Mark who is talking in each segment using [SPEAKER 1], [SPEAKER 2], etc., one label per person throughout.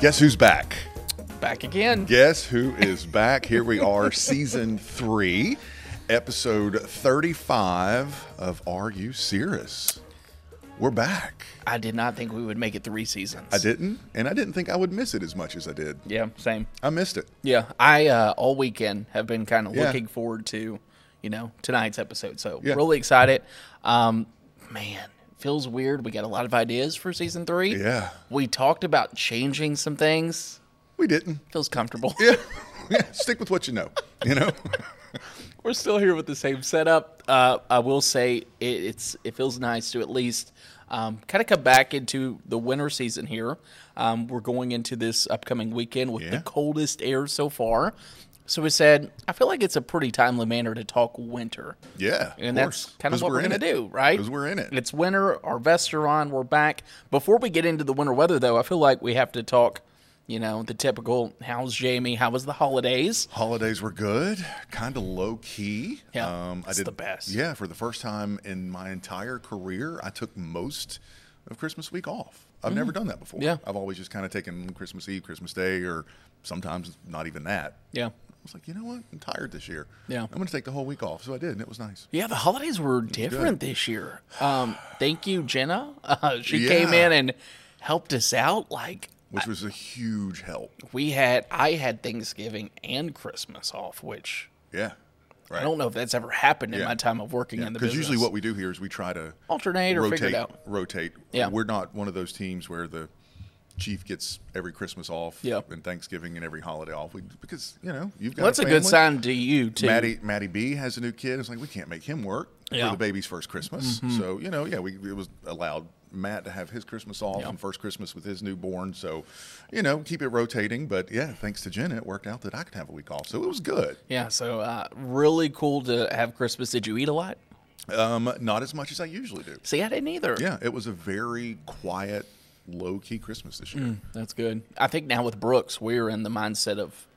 [SPEAKER 1] Guess who's back?
[SPEAKER 2] Back again.
[SPEAKER 1] Guess who is back? Here we are, season three, episode 35 of Are You Serious? We're back.
[SPEAKER 2] I did not think we would make it three seasons.
[SPEAKER 1] I didn't, and I didn't think I would miss it as much as I did.
[SPEAKER 2] Yeah, same.
[SPEAKER 1] I missed it.
[SPEAKER 2] Yeah, I uh, all weekend have been kind of
[SPEAKER 1] Yeah.
[SPEAKER 2] looking forward to, you know, tonight's episode. So
[SPEAKER 1] Yeah.
[SPEAKER 2] really excited. Um, man, feels weird. We got a lot of ideas for season three.
[SPEAKER 1] Yeah.
[SPEAKER 2] we talked about changing some things.
[SPEAKER 1] We didn't.
[SPEAKER 2] Feels comfortable.
[SPEAKER 1] Yeah. yeah. Stick with what you know, you know?
[SPEAKER 2] We're still here with the same setup. Uh, I will say it, it's it feels nice to at least um, kind of come back into the winter season here. Um, we're going into this upcoming weekend with
[SPEAKER 1] Yeah.
[SPEAKER 2] the coldest air so far. So we said, I feel like it's a pretty timely manner to talk winter.
[SPEAKER 1] Yeah. of
[SPEAKER 2] And that's
[SPEAKER 1] course,
[SPEAKER 2] kind
[SPEAKER 1] 'cause
[SPEAKER 2] of what we're,
[SPEAKER 1] in
[SPEAKER 2] going to
[SPEAKER 1] it.
[SPEAKER 2] do, right?
[SPEAKER 1] 'Cause we're in it.
[SPEAKER 2] It's winter, our vests are on, we're back. Before we get into the winter weather, though, I feel like we have to talk, you know, the typical how's Jamie? How was the holidays?
[SPEAKER 1] Holidays were good, kind of low key.
[SPEAKER 2] Yeah, it's the best.
[SPEAKER 1] Yeah, for the first time in my entire career, I took most of Christmas week off. I've never done that before.
[SPEAKER 2] Mm. Yeah.
[SPEAKER 1] I've always just kind of taken Christmas Eve, Christmas Day, or sometimes not even that.
[SPEAKER 2] Yeah.
[SPEAKER 1] I was like, you know what? I'm tired this year.
[SPEAKER 2] Yeah.
[SPEAKER 1] I'm going to take the whole week off. So I did, and it was nice.
[SPEAKER 2] Yeah, the holidays were different this year. Um, thank you, Jenna. Uh, she came
[SPEAKER 1] Yeah.
[SPEAKER 2] in and helped us out. Like
[SPEAKER 1] Which was a huge help.
[SPEAKER 2] we had, I had Thanksgiving and Christmas off, which
[SPEAKER 1] Yeah. Right.
[SPEAKER 2] I don't know if that's ever happened in
[SPEAKER 1] Yeah.
[SPEAKER 2] my time of working in the
[SPEAKER 1] Because
[SPEAKER 2] business.
[SPEAKER 1] usually what we do here is we try to
[SPEAKER 2] alternate or figure
[SPEAKER 1] rotate,
[SPEAKER 2] it out.
[SPEAKER 1] rotate.
[SPEAKER 2] Yeah.
[SPEAKER 1] We're not one of those teams where the chief gets every Christmas off
[SPEAKER 2] Yeah.
[SPEAKER 1] and Thanksgiving and every holiday off. We, because, you know, you've got
[SPEAKER 2] Well, that's a good
[SPEAKER 1] family.
[SPEAKER 2] sign to you too.
[SPEAKER 1] Maddie, Maddie B has a new kid. It's like, we can't make him work
[SPEAKER 2] Yeah. Mm-hmm.
[SPEAKER 1] for the baby's first Christmas. So, you know, yeah, we, it was allowed Matt to have his Christmas off and first Christmas with his newborn. So, you know, keep it rotating. But yeah, thanks to Jenna, it worked out that I could have a week off. So it was good.
[SPEAKER 2] Yeah, so uh, really cool to have Christmas. Did you eat a lot?
[SPEAKER 1] Um, not as much as I usually do.
[SPEAKER 2] See, I didn't either.
[SPEAKER 1] Yeah, it was a very quiet, low key Christmas this year.
[SPEAKER 2] that's good. I think now with Brooks, we're in the mindset of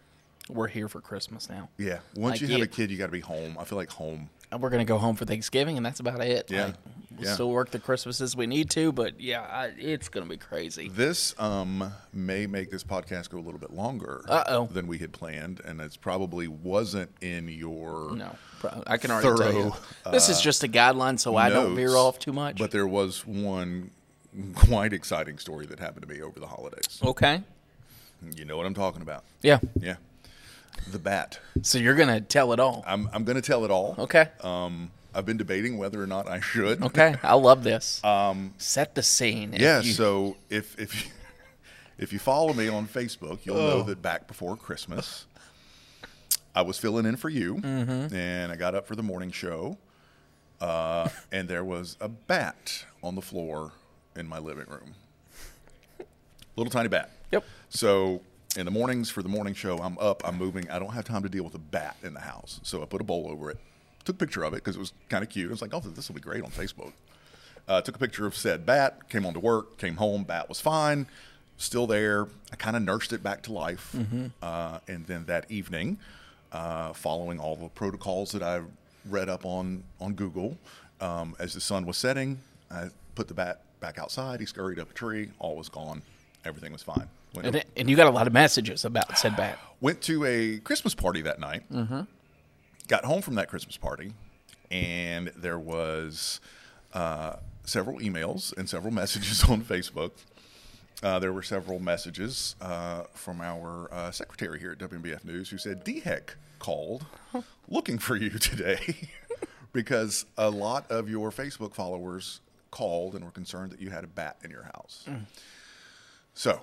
[SPEAKER 2] we're here for Christmas now.
[SPEAKER 1] Yeah. Once
[SPEAKER 2] Like,
[SPEAKER 1] you have
[SPEAKER 2] yeah.
[SPEAKER 1] a kid, you got to be home. I feel like home.
[SPEAKER 2] and we're gonna go home for Thanksgiving, and that's about it.
[SPEAKER 1] Yeah,
[SPEAKER 2] Like, we'll
[SPEAKER 1] yeah.
[SPEAKER 2] still work the Christmases we need to, but yeah, I, it's gonna be crazy.
[SPEAKER 1] This um, may make this podcast go a little bit longer
[SPEAKER 2] Uh-oh.
[SPEAKER 1] than we had planned, and it's probably wasn't in your
[SPEAKER 2] No, pro- I can already tell you.
[SPEAKER 1] Thorough, uh,
[SPEAKER 2] This is just a guideline, so I don't veer
[SPEAKER 1] notes,
[SPEAKER 2] off too much.
[SPEAKER 1] But there was one quite exciting story that happened to me over the holidays.
[SPEAKER 2] okay,
[SPEAKER 1] You know what I'm talking about?
[SPEAKER 2] yeah.
[SPEAKER 1] Yeah, the bat.
[SPEAKER 2] So you're gonna tell it all.
[SPEAKER 1] I'm I'm going to tell it all.
[SPEAKER 2] Okay,
[SPEAKER 1] Um, I've been debating whether or not I should.
[SPEAKER 2] okay. I love this. Um, set the scene. If
[SPEAKER 1] Yeah.
[SPEAKER 2] you-
[SPEAKER 1] so if if you, if you follow me on Facebook, you'll
[SPEAKER 2] Oh.
[SPEAKER 1] know that back before Christmas, I was filling in for you,
[SPEAKER 2] Mm-hmm.
[SPEAKER 1] and I got up for the morning show, uh, and there was a bat on the floor in my living room. Little tiny bat.
[SPEAKER 2] Yep.
[SPEAKER 1] So in the mornings for the morning show, I'm up, I'm moving. I don't have time to deal with a bat in the house. So I put a bowl over it, took a picture of it because it was kind of cute. I was like, oh, this will be great on Facebook. Uh, took a picture of said bat, came on to work, came home, bat was fine, still there. I kind of nursed it back to life. Uh, and then that evening, uh, following all the protocols that I read up on, on Google, um, as the sun was setting, I put the bat back outside. He scurried up a tree, all was gone, everything was fine. Went to
[SPEAKER 2] and, and you got a lot of messages about said bat.
[SPEAKER 1] went to a Christmas party that night. Got home from that Christmas party, and there was uh, several emails and several messages on Facebook. Uh, there were several messages uh, from our uh, secretary here at WMBF News who said DHEC called looking for you today because a lot of your Facebook followers called and were concerned that you had a bat in your house. So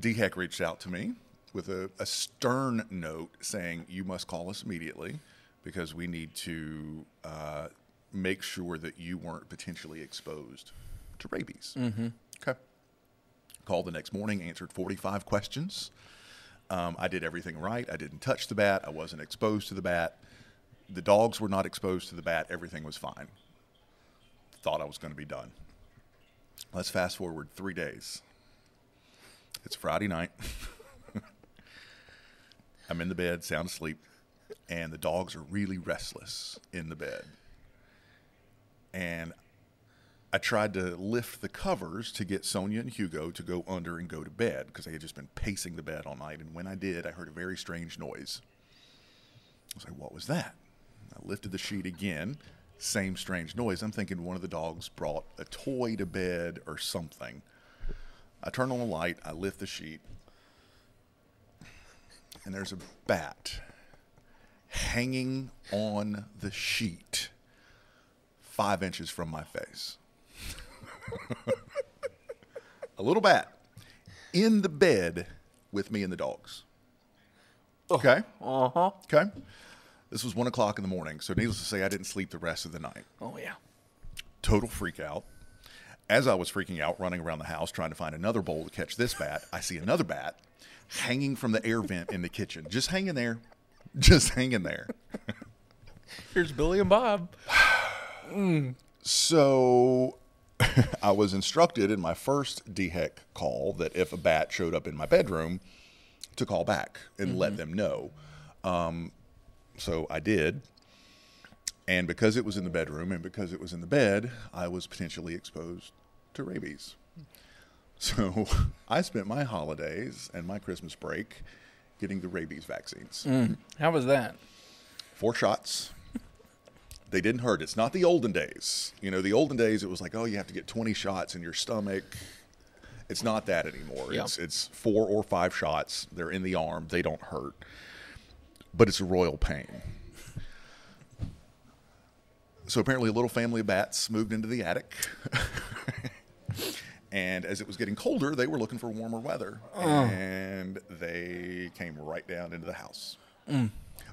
[SPEAKER 1] DHEC reached out to me with a, a stern note saying, You must call us immediately because we need to uh, make sure that you weren't potentially exposed to rabies. Mm-hmm. Okay. Called the next morning, answered 45 questions. Um, I did everything right. I didn't touch the bat. I wasn't exposed to the bat. The dogs were not exposed to the bat. Everything was fine. Thought I was going to be done. Let's fast forward three days. It's Friday night. I'm in the bed, sound asleep, and the dogs are really restless in the bed. And I tried to lift the covers to get Sonia and Hugo to go under and go to bed because they had just been pacing the bed all night. And when I did, I heard a very strange noise. I was like, what was that? I lifted the sheet again, same strange noise. I'm thinking one of the dogs brought a toy to bed or something. I turn on the light, I lift the sheet, and there's a bat hanging on the sheet five inches from my face. a little bat in the bed with me and the dogs. Okay.
[SPEAKER 2] Uh huh.
[SPEAKER 1] Okay. This was one o'clock in the morning. So, needless to say, I didn't sleep the rest of the night.
[SPEAKER 2] Oh yeah.
[SPEAKER 1] Total freak out. As I was freaking out, running around the house trying to find another bowl to catch this bat, I see another bat hanging from the air vent in the kitchen. Just hanging there. Just hanging there.
[SPEAKER 2] Here's Billy and Bob.
[SPEAKER 1] So I was instructed in my first DHEC call that if a bat showed up in my bedroom, to call back and let them know. Um, so I did. And because it was in the bedroom and because it was in the bed, I was potentially exposed to rabies. So I spent my holidays and my Christmas break getting the rabies vaccines.
[SPEAKER 2] How was that?
[SPEAKER 1] Four shots. They didn't hurt. It's not the olden days. You know, the olden days it was like, oh, you have to get 20 shots in your stomach. It's not that anymore.
[SPEAKER 2] Yeah.
[SPEAKER 1] It's it's four or five shots. They're in the arm. They don't hurt. But it's a royal pain. So apparently a little family of bats moved into the attic. and as it was getting colder, they were looking for warmer weather.
[SPEAKER 2] Oh.
[SPEAKER 1] And they came right down into the house.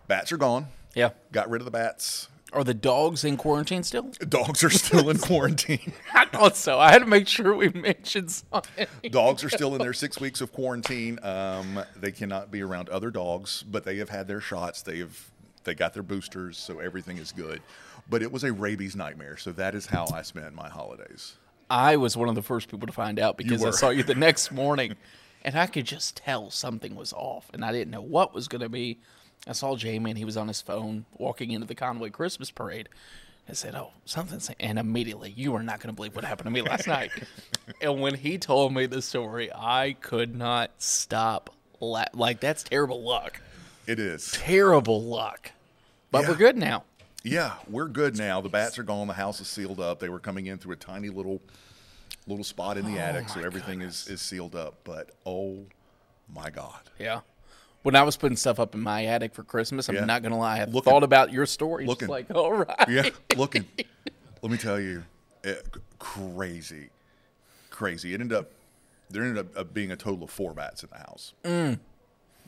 [SPEAKER 1] Bats are gone
[SPEAKER 2] Mm. Yeah.
[SPEAKER 1] got rid of the bats.
[SPEAKER 2] Are the dogs in quarantine still?
[SPEAKER 1] Dogs are still in quarantine.
[SPEAKER 2] I thought so. I had to make sure we mentioned something.
[SPEAKER 1] Dogs are still in their six weeks of quarantine. Um, they cannot be around other dogs, but they have had their shots. They have they got their boosters, so everything is good. But it was a rabies nightmare. So that is how I spent my holidays.
[SPEAKER 2] I was one of the first people to find out because I
[SPEAKER 1] were.
[SPEAKER 2] saw you the next morning, and I could just tell something was off, and I didn't know what was going to be. I saw Jamie, and he was on his phone walking into the Conway Christmas Parade. I said, "Oh, something's," and immediately, you are not going to believe what happened to me last night. and when he told me the story, I could not stop. La- like that's terrible luck.
[SPEAKER 1] It is.
[SPEAKER 2] Terrible luck. But we're
[SPEAKER 1] Yeah.
[SPEAKER 2] good now.
[SPEAKER 1] Yeah, we're good now. The bats are gone. The house is sealed up. They were coming in through a tiny little little spot in the attic, so everything is, is sealed up. But oh my god.
[SPEAKER 2] Yeah. When I was putting stuff up in my attic for Christmas, I'm
[SPEAKER 1] Yeah.
[SPEAKER 2] not gonna lie, I have
[SPEAKER 1] Looking.
[SPEAKER 2] thought about your story. Just
[SPEAKER 1] Looking.
[SPEAKER 2] like, all right.
[SPEAKER 1] Yeah, looking. Let me tell you, it, c- crazy, crazy. It ended up there ended up uh, being a total of four bats in the house.
[SPEAKER 2] Mm.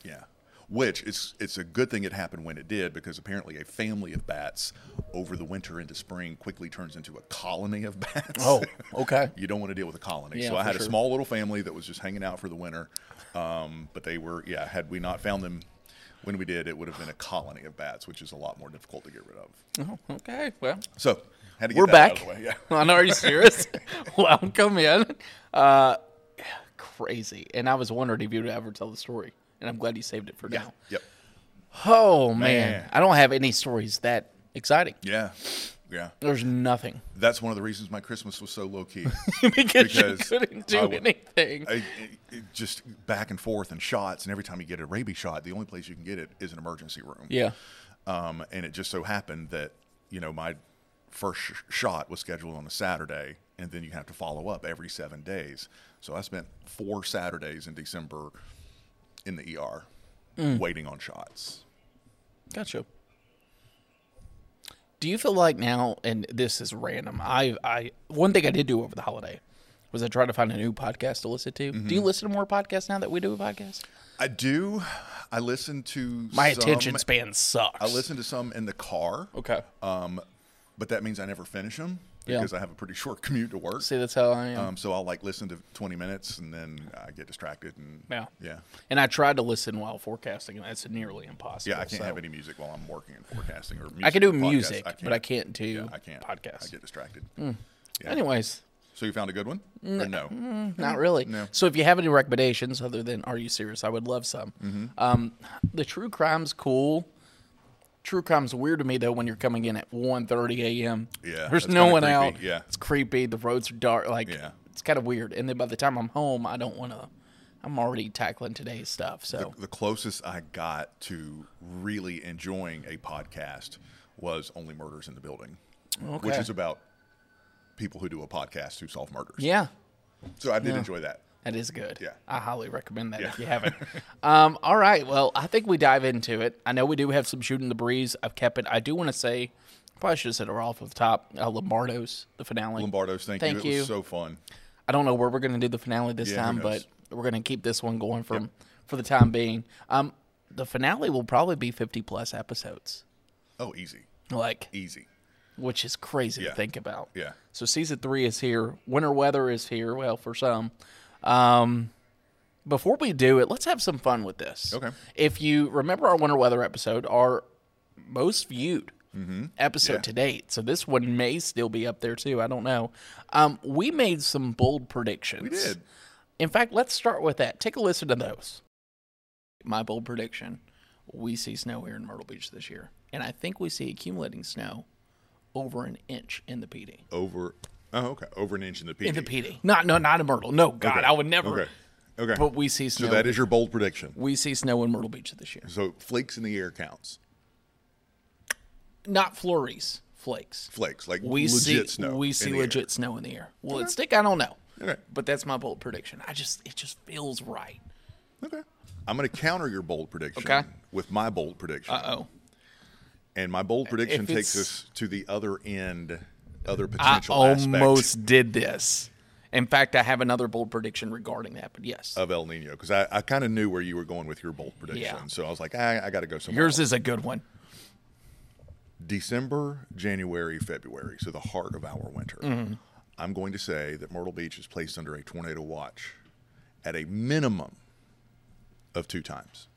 [SPEAKER 1] Yeah, which it's it's a good thing it happened when it did because apparently a family of bats over the winter into spring quickly turns into a colony of bats.
[SPEAKER 2] Oh, okay.
[SPEAKER 1] you don't want to deal with a colony.
[SPEAKER 2] Yeah,
[SPEAKER 1] so I
[SPEAKER 2] for
[SPEAKER 1] had
[SPEAKER 2] sure.
[SPEAKER 1] a small little family that was just hanging out for the winter. Um, but they were yeah. Had we not found them. When we did, it would have been a colony of bats, which is a lot more difficult to get rid of.
[SPEAKER 2] Oh, okay. Well,
[SPEAKER 1] So had to get
[SPEAKER 2] we're
[SPEAKER 1] that
[SPEAKER 2] back.
[SPEAKER 1] Out of the way. Yeah.
[SPEAKER 2] I know. Are you serious? Welcome in. Uh, crazy. And I was wondering if you'd ever tell the story, and I'm glad you saved it for
[SPEAKER 1] yeah.
[SPEAKER 2] now.
[SPEAKER 1] Yep.
[SPEAKER 2] Oh man.
[SPEAKER 1] Man.
[SPEAKER 2] I don't have any stories that exciting.
[SPEAKER 1] Yeah. Yeah.
[SPEAKER 2] There's nothing
[SPEAKER 1] That's one of the reasons my Christmas was so low key.
[SPEAKER 2] because, you
[SPEAKER 1] Because
[SPEAKER 2] couldn't do
[SPEAKER 1] I would-
[SPEAKER 2] anything.
[SPEAKER 1] I, it- it just back and forth and shots, and every time you get a rabies shot, the only place you can get it is an emergency room.
[SPEAKER 2] yeah.
[SPEAKER 1] Um, and it just so happened that you know my first sh- shot was scheduled on a Saturday, and then you have to follow up every seven days. So I spent four Saturdays in December in the ER
[SPEAKER 2] Mm.
[SPEAKER 1] waiting on shots.
[SPEAKER 2] Gotcha. Do you feel like now, and this is random? I, I, one thing I did do over the holiday was I tried to find a new podcast to listen to. Do you
[SPEAKER 1] Mm-hmm.
[SPEAKER 2] listen to more podcasts now that we do a podcast?
[SPEAKER 1] I do. I listen to
[SPEAKER 2] My
[SPEAKER 1] some-
[SPEAKER 2] attention span sucks. Uh,
[SPEAKER 1] I listen to some in the car.
[SPEAKER 2] Okay.
[SPEAKER 1] Um, but that means I never finish them
[SPEAKER 2] Yeah.
[SPEAKER 1] because I have a pretty short commute to work.
[SPEAKER 2] See, that's how I am.
[SPEAKER 1] Um, so I'll like listen to 20 minutes and then I get distracted and
[SPEAKER 2] Yeah.
[SPEAKER 1] yeah,
[SPEAKER 2] and I tried to listen while forecasting, and that's nearly impossible.
[SPEAKER 1] yeah. I can't
[SPEAKER 2] so-
[SPEAKER 1] have any music while I'm working and forecasting or music
[SPEAKER 2] I can do
[SPEAKER 1] podcasts.
[SPEAKER 2] music,
[SPEAKER 1] can't-
[SPEAKER 2] but I can't do Hmm.
[SPEAKER 1] I can't
[SPEAKER 2] podcasts.
[SPEAKER 1] I get distracted. yeah.
[SPEAKER 2] Anyways,
[SPEAKER 1] So you found a good one? Or no.
[SPEAKER 2] Not really.
[SPEAKER 1] Mm-hmm. No.
[SPEAKER 2] So if you have any recommendations
[SPEAKER 1] Mm-hmm.
[SPEAKER 2] other than Are You Serious? I would love some. Um, the True Crime's cool. True crime's weird to me though when you're coming in at 1.30 a.m.
[SPEAKER 1] Yeah,
[SPEAKER 2] there's
[SPEAKER 1] that's
[SPEAKER 2] no
[SPEAKER 1] kinda
[SPEAKER 2] one
[SPEAKER 1] creepy.
[SPEAKER 2] out.
[SPEAKER 1] Yeah.
[SPEAKER 2] it's creepy. The roads are dark. Like,
[SPEAKER 1] Yeah.
[SPEAKER 2] it's kind of weird. And then by the time I'm home, I don't want to. I'm already tackling today's stuff. So
[SPEAKER 1] The closest I got to really enjoying a podcast was Only Murders in the Building, which
[SPEAKER 2] Okay.
[SPEAKER 1] is about people who do a podcast who solve murders.
[SPEAKER 2] yeah,
[SPEAKER 1] So I did enjoy that.
[SPEAKER 2] that is good.
[SPEAKER 1] Yeah.
[SPEAKER 2] I highly recommend that
[SPEAKER 1] Yeah.
[SPEAKER 2] if you haven't. um, all right, well, I think we dive into it. I know we do have some shooting the breeze. I've kept it. I do want to say, probably should have said it off of the top. Uh, Lombardo's the finale.
[SPEAKER 1] Lombardo's, thank,
[SPEAKER 2] Thank
[SPEAKER 1] you. It
[SPEAKER 2] you.
[SPEAKER 1] was so fun.
[SPEAKER 2] I don't know where we're going to do the finale this
[SPEAKER 1] Yeah, who
[SPEAKER 2] time, but
[SPEAKER 1] knows?
[SPEAKER 2] we're going to keep this one going for for the time being. Um, the finale will probably be fifty plus episodes,
[SPEAKER 1] Oh, easy,
[SPEAKER 2] like
[SPEAKER 1] easy.
[SPEAKER 2] which is crazy
[SPEAKER 1] Yeah.
[SPEAKER 2] to think about.
[SPEAKER 1] Yeah,
[SPEAKER 2] So season three is here. Winter weather is here. Well, for some. Um, before we do it, let's have some fun with this.
[SPEAKER 1] Okay.
[SPEAKER 2] If you remember our winter weather episode, our most viewed episode
[SPEAKER 1] Mm-hmm. Yeah.
[SPEAKER 2] to date. So this one may still be up there too. I don't know. Um, we made some bold predictions.
[SPEAKER 1] we did.
[SPEAKER 2] In fact, let's start with that. Take a listen to those. My bold prediction we see snow here in Myrtle Beach this year. And I think we see accumulating snow over an inch in the PD.
[SPEAKER 1] Over, oh, okay, over an inch in the PD.
[SPEAKER 2] In the PD. Not, no, not in Myrtle. No, God,
[SPEAKER 1] Okay.
[SPEAKER 2] I would never.
[SPEAKER 1] Okay, okay.
[SPEAKER 2] But we see
[SPEAKER 1] so
[SPEAKER 2] snow.
[SPEAKER 1] that is your bold prediction.
[SPEAKER 2] we see snow in Myrtle Beach this year.
[SPEAKER 1] So flakes in the air counts.
[SPEAKER 2] Not flurries, flakes.
[SPEAKER 1] Flakes like
[SPEAKER 2] We
[SPEAKER 1] legit
[SPEAKER 2] see
[SPEAKER 1] snow.
[SPEAKER 2] we
[SPEAKER 1] in
[SPEAKER 2] see
[SPEAKER 1] the air.
[SPEAKER 2] legit snow in the air. Will it stick? I don't know.
[SPEAKER 1] Okay.
[SPEAKER 2] But that's my bold prediction. I just it just feels right.
[SPEAKER 1] Okay. I'm going to counter your bold prediction
[SPEAKER 2] Okay.
[SPEAKER 1] with my bold prediction.
[SPEAKER 2] Uh oh.
[SPEAKER 1] And my bold prediction takes
[SPEAKER 2] it's-
[SPEAKER 1] us to the other end, other
[SPEAKER 2] I
[SPEAKER 1] potential
[SPEAKER 2] almost
[SPEAKER 1] aspects
[SPEAKER 2] did this. In fact, I have another bold prediction regarding that, but yes.
[SPEAKER 1] of El Nino because I, I kind of knew where you were going with your bold prediction.
[SPEAKER 2] Yeah.
[SPEAKER 1] So I was like, I, I got to go somewhere.
[SPEAKER 2] Yours
[SPEAKER 1] else.
[SPEAKER 2] is a good one.
[SPEAKER 1] December, January, February. So the heart of our winter.
[SPEAKER 2] Mm-hmm.
[SPEAKER 1] I'm going to say that Myrtle Beach is placed under a tornado watch at a minimum of two times.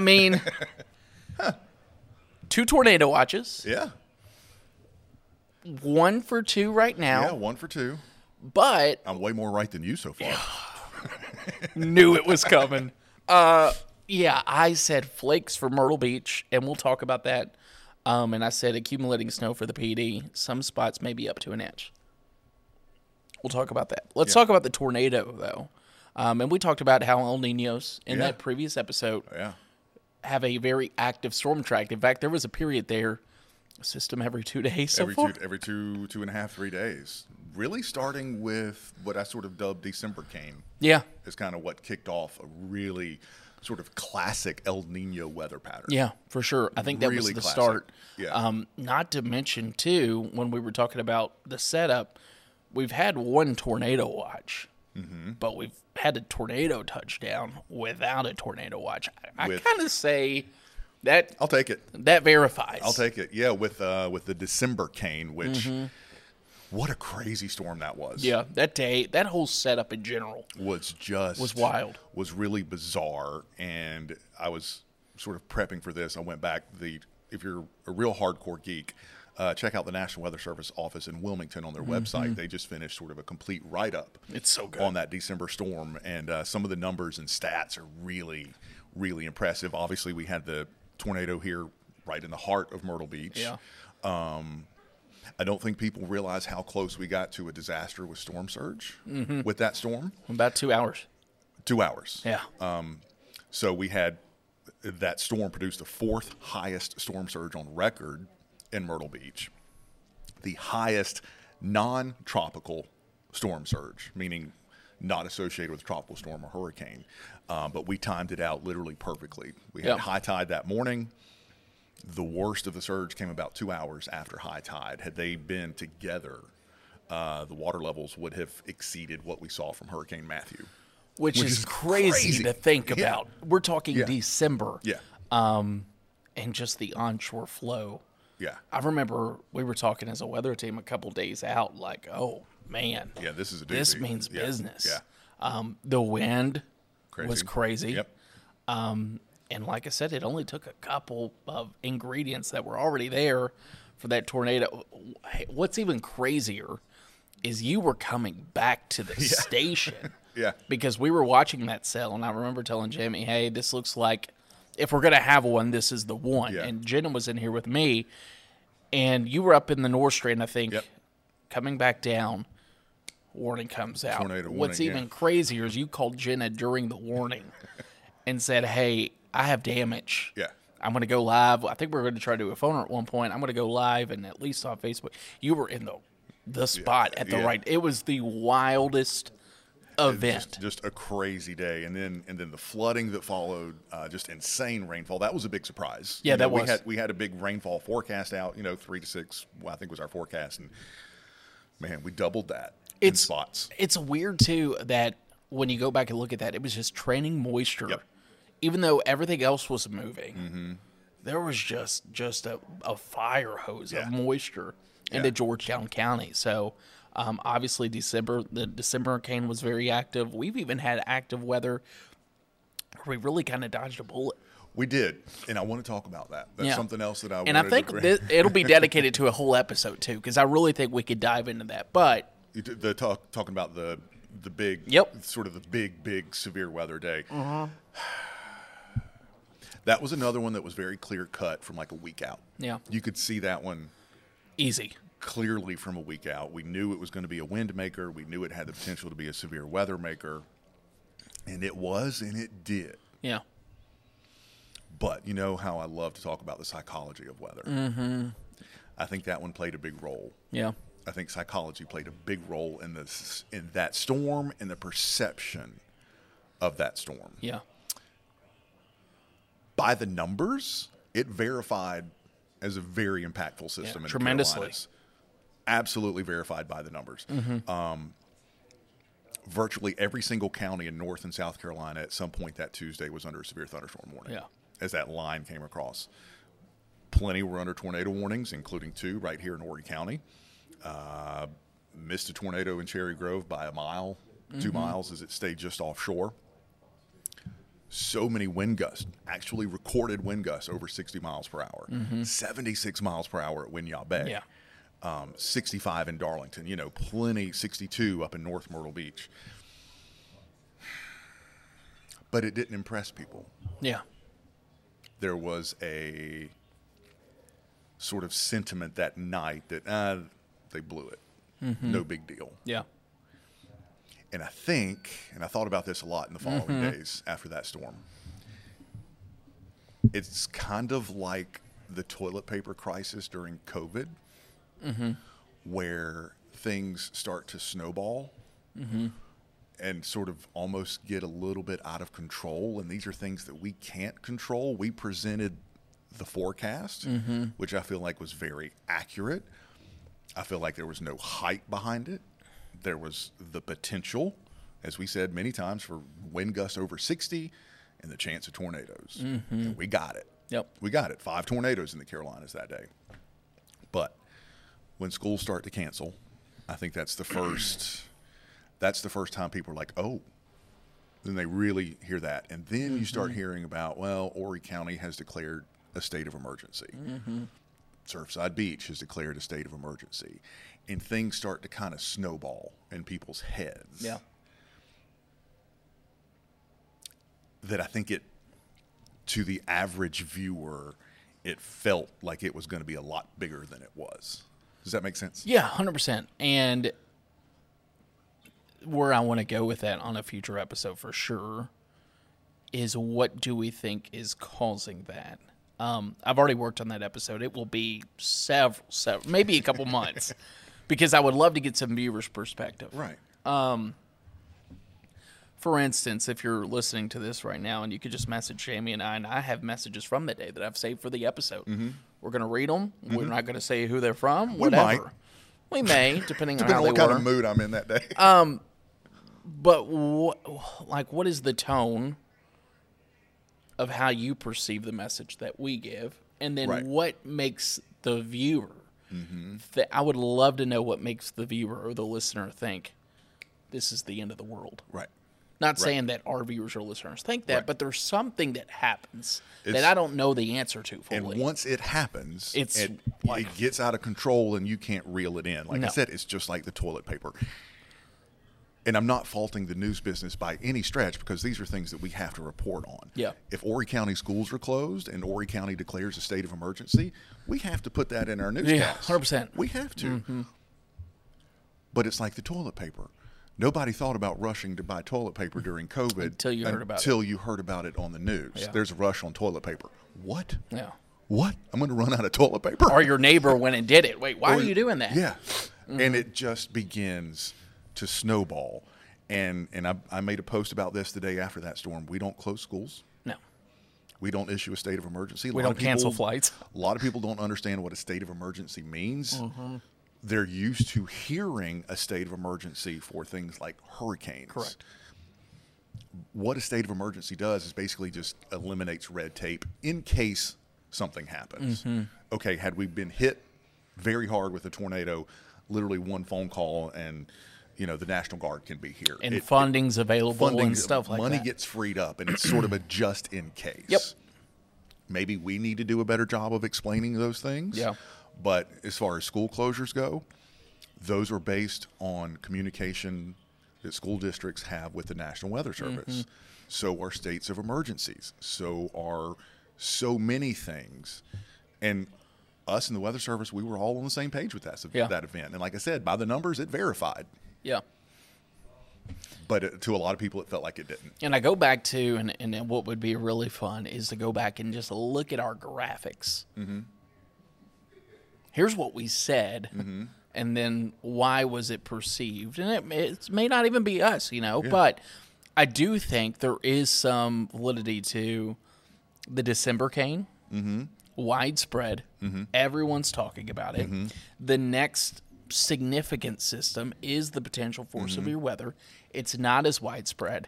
[SPEAKER 2] mean, two tornado watches,
[SPEAKER 1] Yeah.
[SPEAKER 2] one for two right
[SPEAKER 1] Yeah,
[SPEAKER 2] now,
[SPEAKER 1] one for two.
[SPEAKER 2] but
[SPEAKER 1] I'm way more right than you so far.
[SPEAKER 2] knew it was coming. Uh, yeah, I said flakes for Myrtle Beach, and we'll talk about that. Um, and I said accumulating snow for the PD. Some spots may be up to an inch. We'll talk about that. Let's talk about the tornado though. Um, and we talked about how El Ninos in
[SPEAKER 1] Yeah.
[SPEAKER 2] that previous episode
[SPEAKER 1] Yeah.
[SPEAKER 2] have a very active storm track. In fact, there was a period there, system every two days so
[SPEAKER 1] every
[SPEAKER 2] far.
[SPEAKER 1] two every two two and a half three days really starting with what i sort of dubbed december came
[SPEAKER 2] Yeah,
[SPEAKER 1] is kind of what kicked off a really sort of classic el nino weather pattern
[SPEAKER 2] yeah, for sure. I think that was
[SPEAKER 1] Really
[SPEAKER 2] the
[SPEAKER 1] classic.
[SPEAKER 2] start.
[SPEAKER 1] Yeah.
[SPEAKER 2] Um, not to mention too, when we were talking about the setup, we've had one tornado watch,
[SPEAKER 1] Mm-hmm.
[SPEAKER 2] but we've had a tornado touchdown without a tornado watch. I,
[SPEAKER 1] With-
[SPEAKER 2] I kind of say that
[SPEAKER 1] i'll take it
[SPEAKER 2] that verifies.
[SPEAKER 1] i'll take it yeah with uh with the december cane which what a crazy storm that was
[SPEAKER 2] Yeah, that day, that whole setup in general.
[SPEAKER 1] was just
[SPEAKER 2] Was wild.
[SPEAKER 1] was really bizarre and i was sort of prepping for this i went back the if you're a real hardcore geek uh, check out the national weather service office in wilmington on their website they just finished sort of a complete write-up
[SPEAKER 2] Mm-hmm. It's so good.
[SPEAKER 1] on that december storm and uh, some of the numbers and stats are really really impressive obviously we had the tornado here right in the heart of myrtle beach Um,
[SPEAKER 2] Yeah.
[SPEAKER 1] i don't think people realize how close we got to a disaster with storm surge
[SPEAKER 2] Mm-hmm.
[SPEAKER 1] with that storm
[SPEAKER 2] About two hours.
[SPEAKER 1] two hours
[SPEAKER 2] Yeah.
[SPEAKER 1] Uh, So we had that storm produced the fourth highest storm surge on record in Myrtle Beach, the highest non tropical storm surge, meaning not associated with a tropical storm or hurricane. Uh, but we timed it out literally perfectly. We had
[SPEAKER 2] Yeah.
[SPEAKER 1] high tide that morning. The worst of the surge came about two hours after high tide. Had they been together, uh, the water levels would have exceeded what we saw from Hurricane Matthew.
[SPEAKER 2] which,
[SPEAKER 1] Which
[SPEAKER 2] is,
[SPEAKER 1] is
[SPEAKER 2] crazy,
[SPEAKER 1] crazy.
[SPEAKER 2] to think
[SPEAKER 1] Yeah.
[SPEAKER 2] about. We're talking
[SPEAKER 1] Yeah.
[SPEAKER 2] December.
[SPEAKER 1] Yeah.
[SPEAKER 2] Um, and just the onshore flow.
[SPEAKER 1] Yeah.
[SPEAKER 2] I remember we were talking as a weather team a couple days out, like, oh man,
[SPEAKER 1] Yeah, this is a
[SPEAKER 2] this
[SPEAKER 1] doozy.
[SPEAKER 2] means
[SPEAKER 1] Yeah.
[SPEAKER 2] business.
[SPEAKER 1] Yeah.
[SPEAKER 2] Um, the wind was
[SPEAKER 1] Crazy.
[SPEAKER 2] crazy.
[SPEAKER 1] Yep.
[SPEAKER 2] Um, and like I said, it only took a couple of ingredients that were already there for that tornado. Hey, What's even crazier is you were coming back to the station.
[SPEAKER 1] Yeah.
[SPEAKER 2] Because we were watching that cell, and I remember telling Jamie, hey, this looks like if we're gonna have one, this is the one.
[SPEAKER 1] Yeah.
[SPEAKER 2] And Jenna was in here with me, and you were up in the North Strand, I think.
[SPEAKER 1] Yep.
[SPEAKER 2] Coming back down, warning comes out.
[SPEAKER 1] Tornado
[SPEAKER 2] What's
[SPEAKER 1] warning, yeah.
[SPEAKER 2] even crazier is you called Jenna during the warning, and said, "Hey, I have damage.
[SPEAKER 1] Yeah.
[SPEAKER 2] I'm gonna go live. I think we are gonna try to do a phone at one point. I'm gonna go live and at least on Facebook. You were in the the spot at the
[SPEAKER 1] yeah.
[SPEAKER 2] right. It was the wildest event.
[SPEAKER 1] Just, just a crazy day, and then and then the flooding that followed, uh, just insane rainfall. That was a big surprise.
[SPEAKER 2] Yeah,
[SPEAKER 1] You know,
[SPEAKER 2] that
[SPEAKER 1] we
[SPEAKER 2] was.
[SPEAKER 1] had we had a big rainfall forecast out. You know, three to six, well, I think was our forecast, and man, we doubled that in
[SPEAKER 2] It's-
[SPEAKER 1] spots.
[SPEAKER 2] It's weird too that when you go back and look at that, it was just training moisture.
[SPEAKER 1] Yep. Mm-hmm.
[SPEAKER 2] Even though everything else was moving, there was just just a, a fire hose
[SPEAKER 1] Yeah.
[SPEAKER 2] of moisture into Georgetown County. So um, obviously December the December hurricane was very active. We've even had active weather. We really kind of dodged a bullet.
[SPEAKER 1] We did, and I want to talk about that. That's
[SPEAKER 2] Yeah.
[SPEAKER 1] something else that I
[SPEAKER 2] And I
[SPEAKER 1] wanted
[SPEAKER 2] think
[SPEAKER 1] to bring.
[SPEAKER 2] this, it'll be dedicated to a whole episode too, because I really think we could dive into that. But
[SPEAKER 1] You t- the talk talking about the the big
[SPEAKER 2] Yep. Mm-hmm.
[SPEAKER 1] sort of the big big severe weather day. That was another one that was very clear cut from like a week out.
[SPEAKER 2] Yeah.
[SPEAKER 1] you could see that one
[SPEAKER 2] easy.
[SPEAKER 1] clearly from a week out. We knew it was going to be a wind maker. We knew it had the potential to be a severe weather maker, and it was, and it did.
[SPEAKER 2] Yeah.
[SPEAKER 1] But you know how I love to talk about the psychology of weather. I think that one played a big role.
[SPEAKER 2] Yeah.
[SPEAKER 1] I think psychology played a big role in this in that storm and the perception of that storm.
[SPEAKER 2] Yeah.
[SPEAKER 1] By the numbers, it verified as a very impactful system in the
[SPEAKER 2] tremendously.
[SPEAKER 1] Carolinas. Absolutely verified by the numbers.
[SPEAKER 2] Mm-hmm.
[SPEAKER 1] Um, virtually every single county in North and South Carolina at some point that Tuesday was under a severe thunderstorm warning.
[SPEAKER 2] Yeah.
[SPEAKER 1] As that line came across, plenty were under tornado warnings, including two right here in Horry County. missed a tornado in Cherry Grove by a mile, two miles as it stayed just offshore. So many wind gusts, actually recorded wind gusts over 60 miles per hour, 76 miles per hour at Winyah Bay,
[SPEAKER 2] Yeah.
[SPEAKER 1] um, 65 in Darlington, you know, plenty, 62 up in North Myrtle Beach. But it didn't impress people
[SPEAKER 2] Yeah.
[SPEAKER 1] there was a sort of sentiment that night that uh, they blew it. No big deal.
[SPEAKER 2] Yeah.
[SPEAKER 1] And I think, and I thought about this a lot in the following days after that storm, it's kind of like the toilet paper crisis during COVID, where things start to snowball. And sort of almost get a little bit out of control. And these are things that we can't control. We presented the forecast, which I feel like was very accurate. I feel like there was no hype behind it. There was the potential, as we said many times, for wind gusts over 60 and the chance of tornadoes. And we got it.
[SPEAKER 2] Yep.
[SPEAKER 1] We got it. Five tornadoes in the Carolinas that day. But when schools start to cancel, I think that's the first that's the first time people are like, "Oh, then they really hear that. And then you start
[SPEAKER 2] Mm-hmm.
[SPEAKER 1] hearing about, well, Horry County has declared a state of emergency.
[SPEAKER 2] Mm-hmm.
[SPEAKER 1] Surfside Beach has declared a state of emergency. And things start to kind of snowball in people's heads.
[SPEAKER 2] Yeah.
[SPEAKER 1] That I think it, to the average viewer, it felt like it was going to be a lot bigger than it was. Does that make sense?
[SPEAKER 2] Yeah, hundred percent. And where I want to go with that on a future episode for sure is what do we think is causing that? Um, I've already worked on that episode. It will be several, several, maybe a couple months, because I would love to get some viewers' perspective.
[SPEAKER 1] Right.
[SPEAKER 2] For instance, if you're listening to this right now and you could just message Jamie and I, and I have messages from the day that I've saved for the episode.
[SPEAKER 1] Mm-hmm.
[SPEAKER 2] We're gonna read them. We're not gonna say who they're from.
[SPEAKER 1] might.
[SPEAKER 2] Whatever. We, may, depending
[SPEAKER 1] Depending
[SPEAKER 2] on how
[SPEAKER 1] on
[SPEAKER 2] they
[SPEAKER 1] what kind
[SPEAKER 2] were.
[SPEAKER 1] of mood I'm in that day.
[SPEAKER 2] But what, like, what is the tone of how you perceive the message that we give, and then
[SPEAKER 1] Right. Mm-hmm.
[SPEAKER 2] what makes the viewer? Th- I would love to know what makes the viewer or the listener think this is the end of the world.
[SPEAKER 1] right.
[SPEAKER 2] Not saying that our viewers or listeners think that, but there's something that happens that
[SPEAKER 1] It's-
[SPEAKER 2] I don't know the answer to
[SPEAKER 1] And
[SPEAKER 2] fully.
[SPEAKER 1] once it happens,
[SPEAKER 2] It's
[SPEAKER 1] it,
[SPEAKER 2] like-
[SPEAKER 1] it gets out of control and you can't reel it in. Like
[SPEAKER 2] No.
[SPEAKER 1] I said, it's just like the toilet paper. and I'm not faulting the news business by any stretch because these are things that we have to report on.
[SPEAKER 2] Yeah.
[SPEAKER 1] If Horry County schools are closed and Horry County declares a state of emergency, we have to put that in our newscast.
[SPEAKER 2] 100%.
[SPEAKER 1] We have to.
[SPEAKER 2] Mm-hmm.
[SPEAKER 1] But it's like the toilet paper. Nobody thought about rushing to buy toilet paper during COVID
[SPEAKER 2] Until you heard about it.
[SPEAKER 1] until you heard about it on the news. There's a rush on toilet paper. What?
[SPEAKER 2] Yeah.
[SPEAKER 1] What? I'm going to run out of toilet paper.
[SPEAKER 2] Or your neighbor went and did it. Wait, why
[SPEAKER 1] Or-
[SPEAKER 2] are you doing that?
[SPEAKER 1] Yeah. And it just begins to snowball. And and I, I made a post about this the day after that storm. We don't close schools.
[SPEAKER 2] No.
[SPEAKER 1] We don't issue a state of emergency. A
[SPEAKER 2] We
[SPEAKER 1] lot of
[SPEAKER 2] don't cancel
[SPEAKER 1] people-
[SPEAKER 2] flights.
[SPEAKER 1] A lot of people don't understand what a state of emergency means.
[SPEAKER 2] Mm-hmm.
[SPEAKER 1] They're used to hearing a state of emergency for things like hurricanes.
[SPEAKER 2] Correct.
[SPEAKER 1] What a state of emergency does is basically just eliminates red tape in case something happens.
[SPEAKER 2] Mm-hmm.
[SPEAKER 1] Okay, had we been hit very hard with a tornado, literally one phone call and you know the National Guard can be here.
[SPEAKER 2] And
[SPEAKER 1] It-
[SPEAKER 2] funding's available and stuff like
[SPEAKER 1] money
[SPEAKER 2] that.
[SPEAKER 1] gets freed up and it's sort of a just in case
[SPEAKER 2] Yep.
[SPEAKER 1] maybe we need to do a better job of explaining those things
[SPEAKER 2] Yeah.
[SPEAKER 1] but as far as school closures go those are based on communication that school districts have with the national weather
[SPEAKER 2] Mm-hmm.
[SPEAKER 1] service so are states of emergencies so are so many things and us and the weather service we were all on the same page with that,
[SPEAKER 2] Yeah.
[SPEAKER 1] that event and like i said by the numbers it verified
[SPEAKER 2] yeah.
[SPEAKER 1] but it, to a lot of people it felt like it didn't
[SPEAKER 2] And I go back to, and, and then what would be really fun is to go back and just look at our graphics. Mm-hmm. Here's what we said, and then why was it perceived? And it, may- it may not even be us, you know, but I do think there is some validity to the December cane. Mm-hmm. Widespread. Everyone's talking about it. The next significant system is the potential for severe weather. It's not as widespread.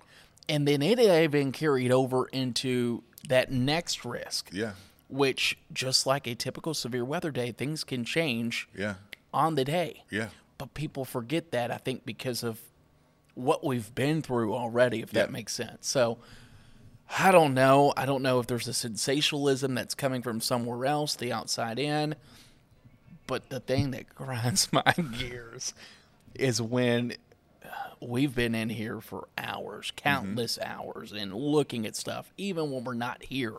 [SPEAKER 2] And then it had been carried over into that next risk,
[SPEAKER 1] yeah
[SPEAKER 2] which, just like a typical severe weather day, things can change
[SPEAKER 1] yeah
[SPEAKER 2] on the day.
[SPEAKER 1] yeah
[SPEAKER 2] But people forget that, I think, because of what we've been through already, if that
[SPEAKER 1] Yeah.
[SPEAKER 2] makes sense. So I don't know. I don't know if there's a sensationalism that's coming from somewhere else, the outside in. But the thing that grinds my gears is when uh, we've been in here for hours,
[SPEAKER 1] Mm-hmm.
[SPEAKER 2] countless hours, and looking at stuff, even when we're not here.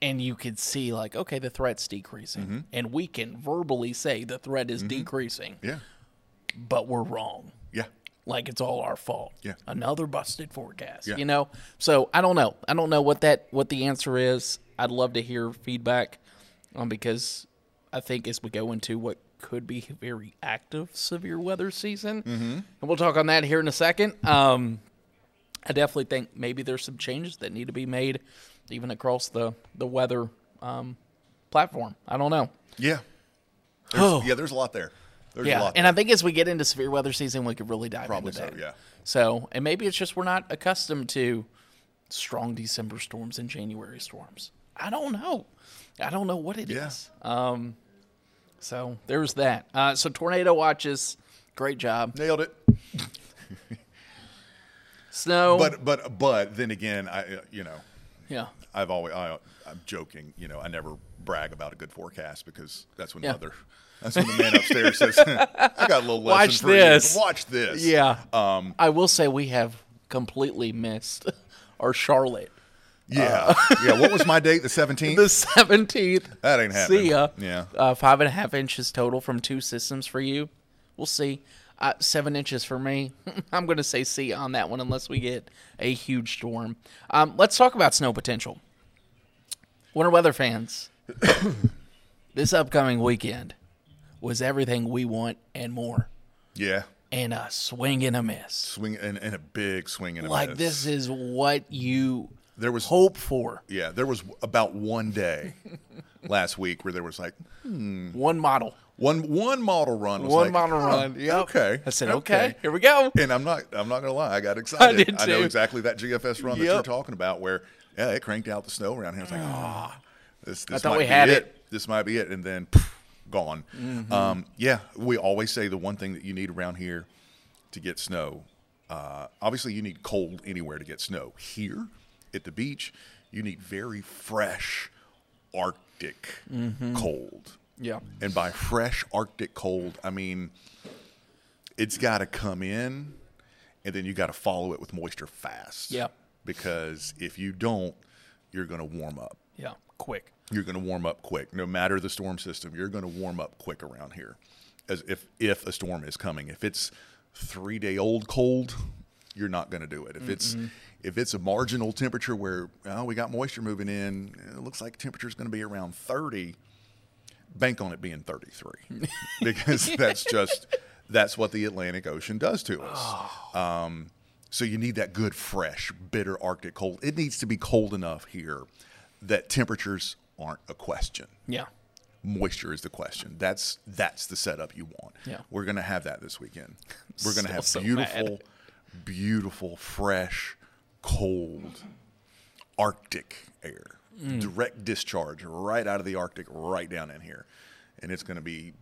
[SPEAKER 2] And you could see, like, okay, the threat's decreasing. And we can verbally say the threat is decreasing,
[SPEAKER 1] yeah
[SPEAKER 2] but we're wrong
[SPEAKER 1] yeah
[SPEAKER 2] like it's all our fault.
[SPEAKER 1] Yeah.
[SPEAKER 2] Another busted forecast.
[SPEAKER 1] Yeah.
[SPEAKER 2] You know? So I don't know. I don't know what that what the answer is. I'd love to hear feedback um, because I think as we go into what could be a very active severe weather season,
[SPEAKER 1] Mm-hmm.
[SPEAKER 2] and we'll talk on that here in a second. Um, I definitely think maybe there's some changes that need to be made, even across the the weather um, platform. I don't know.
[SPEAKER 1] Yeah. There's-
[SPEAKER 2] Oh.
[SPEAKER 1] Yeah, there's a lot there. There's a
[SPEAKER 2] Yeah,
[SPEAKER 1] lot.
[SPEAKER 2] and I think as we get into severe weather season, we could really dive
[SPEAKER 1] Probably
[SPEAKER 2] into that.
[SPEAKER 1] so, yeah.
[SPEAKER 2] So, and maybe it's just we're not accustomed to strong December storms and January storms. I don't know. I don't know what it is.
[SPEAKER 1] Yeah.
[SPEAKER 2] Um, so there's that. Uh, so tornado watches, great job.
[SPEAKER 1] Nailed it.
[SPEAKER 2] Snow,
[SPEAKER 1] But but but then again, I uh, you know,
[SPEAKER 2] yeah,
[SPEAKER 1] I've always I, I'm joking. You know, I never brag about a good forecast because that's when
[SPEAKER 2] Yeah.
[SPEAKER 1] mother. That's when the man upstairs says, "I got a little lesson
[SPEAKER 2] Watch
[SPEAKER 1] for you.
[SPEAKER 2] this.
[SPEAKER 1] Watch this."
[SPEAKER 2] yeah. Um, I will say we have completely missed our Charlotte.
[SPEAKER 1] yeah, yeah. What was my date? The 17th.
[SPEAKER 2] the seventeenth.
[SPEAKER 1] That ain't happening.
[SPEAKER 2] See ya.
[SPEAKER 1] Yeah.
[SPEAKER 2] Uh, five and a half inches total from two systems for you. We'll see. Uh, seven inches for me. I'm going to say see ya on that one unless we get a huge storm. Um, let's talk about snow potential. Winter weather fans, this upcoming weekend was everything we want and more,
[SPEAKER 1] yeah.
[SPEAKER 2] and a swing and a miss.
[SPEAKER 1] Swing and, and a big swing and a
[SPEAKER 2] Like
[SPEAKER 1] miss.
[SPEAKER 2] this is what you
[SPEAKER 1] There was
[SPEAKER 2] hope for.
[SPEAKER 1] yeah. There was about one day last week where there was like Mm.
[SPEAKER 2] One model,
[SPEAKER 1] One one model run. Was
[SPEAKER 2] one
[SPEAKER 1] like,
[SPEAKER 2] model
[SPEAKER 1] huh,
[SPEAKER 2] run. Yep.
[SPEAKER 1] Okay.
[SPEAKER 2] I said okay. Here we go.
[SPEAKER 1] And I'm not I'm not gonna lie, I got excited.
[SPEAKER 2] did
[SPEAKER 1] know
[SPEAKER 2] too.
[SPEAKER 1] exactly that GFS run that you're
[SPEAKER 2] Yep. Mm.
[SPEAKER 1] talking about where yeah, it cranked out the snow around here. I was like, ah, this, this
[SPEAKER 2] thought
[SPEAKER 1] might
[SPEAKER 2] we
[SPEAKER 1] be
[SPEAKER 2] had
[SPEAKER 1] it.
[SPEAKER 2] it. Mm-hmm.
[SPEAKER 1] This might be it. And then poof, gone. Um, yeah, we always say the one thing that you need around here to get snow. Uh, obviously, you need cold anywhere to get snow. Here at the beach, you need very fresh Arctic cold.
[SPEAKER 2] Mm-hmm. Yeah.
[SPEAKER 1] And by fresh Arctic cold, I mean it's got to come in and then you got to follow it with moisture fast.
[SPEAKER 2] Yeah.
[SPEAKER 1] Because if you don't, you're going to warm up.
[SPEAKER 2] Yeah, quick.
[SPEAKER 1] You're going to warm up quick. No matter the storm system, you're going to warm up quick around here. As if if a storm is coming, if it's 3-day old cold, you're not going to do it. If it's if it's a marginal temperature where oh, we got moisture moving in, it looks like temperature's going to be around 30 bank on it being 33 because that's just that's what the Atlantic Ocean does to us. Um, so you need that good, fresh, bitter Arctic cold. It needs to be cold enough here that temperatures aren't a question.
[SPEAKER 2] Yeah.
[SPEAKER 1] Moisture is the question. That's that's the setup you want.
[SPEAKER 2] Yeah.
[SPEAKER 1] We're gonna have that this weekend. We're gonna
[SPEAKER 2] Still
[SPEAKER 1] have
[SPEAKER 2] so
[SPEAKER 1] beautiful, beautiful, fresh, cold Arctic air.
[SPEAKER 2] Mm.
[SPEAKER 1] Direct discharge right out of the Arctic, right down in here. And it's gonna be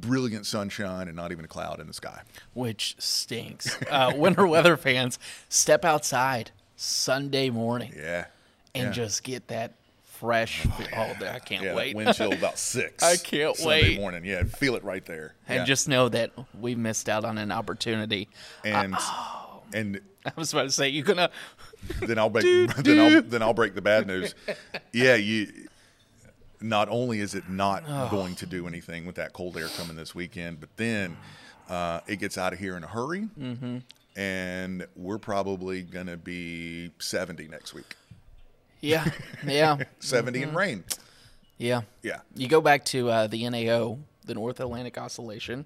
[SPEAKER 1] brilliant sunshine and not even a cloud in the sky.
[SPEAKER 2] Which stinks. Uh, winter weather fans, step outside Sunday morning
[SPEAKER 1] Yeah.
[SPEAKER 2] and
[SPEAKER 1] Yeah.
[SPEAKER 2] just get that fresh. Oh, I can't
[SPEAKER 1] Yeah, that
[SPEAKER 2] wait.
[SPEAKER 1] wind chill about six.
[SPEAKER 2] I can't
[SPEAKER 1] Sunday
[SPEAKER 2] wait.
[SPEAKER 1] morning. Yeah, feel it right there.
[SPEAKER 2] and
[SPEAKER 1] Yeah.
[SPEAKER 2] just know that we missed out on an opportunity. uh,
[SPEAKER 1] and
[SPEAKER 2] oh.
[SPEAKER 1] and
[SPEAKER 2] I was about to say you're gonna
[SPEAKER 1] then I'll break then I'll then I'll break the bad news. Yeah, you. Not only is it not going to do anything with that cold air coming this weekend, but then uh, it gets out of here in a hurry,
[SPEAKER 2] Mm-hmm.
[SPEAKER 1] and we're probably going to be seventy next week.
[SPEAKER 2] Yeah. Yeah.
[SPEAKER 1] 70
[SPEAKER 2] Mm-hmm.
[SPEAKER 1] and rain.
[SPEAKER 2] Yeah.
[SPEAKER 1] Yeah,
[SPEAKER 2] You go back to uh, the NAO, the North Atlantic Oscillation,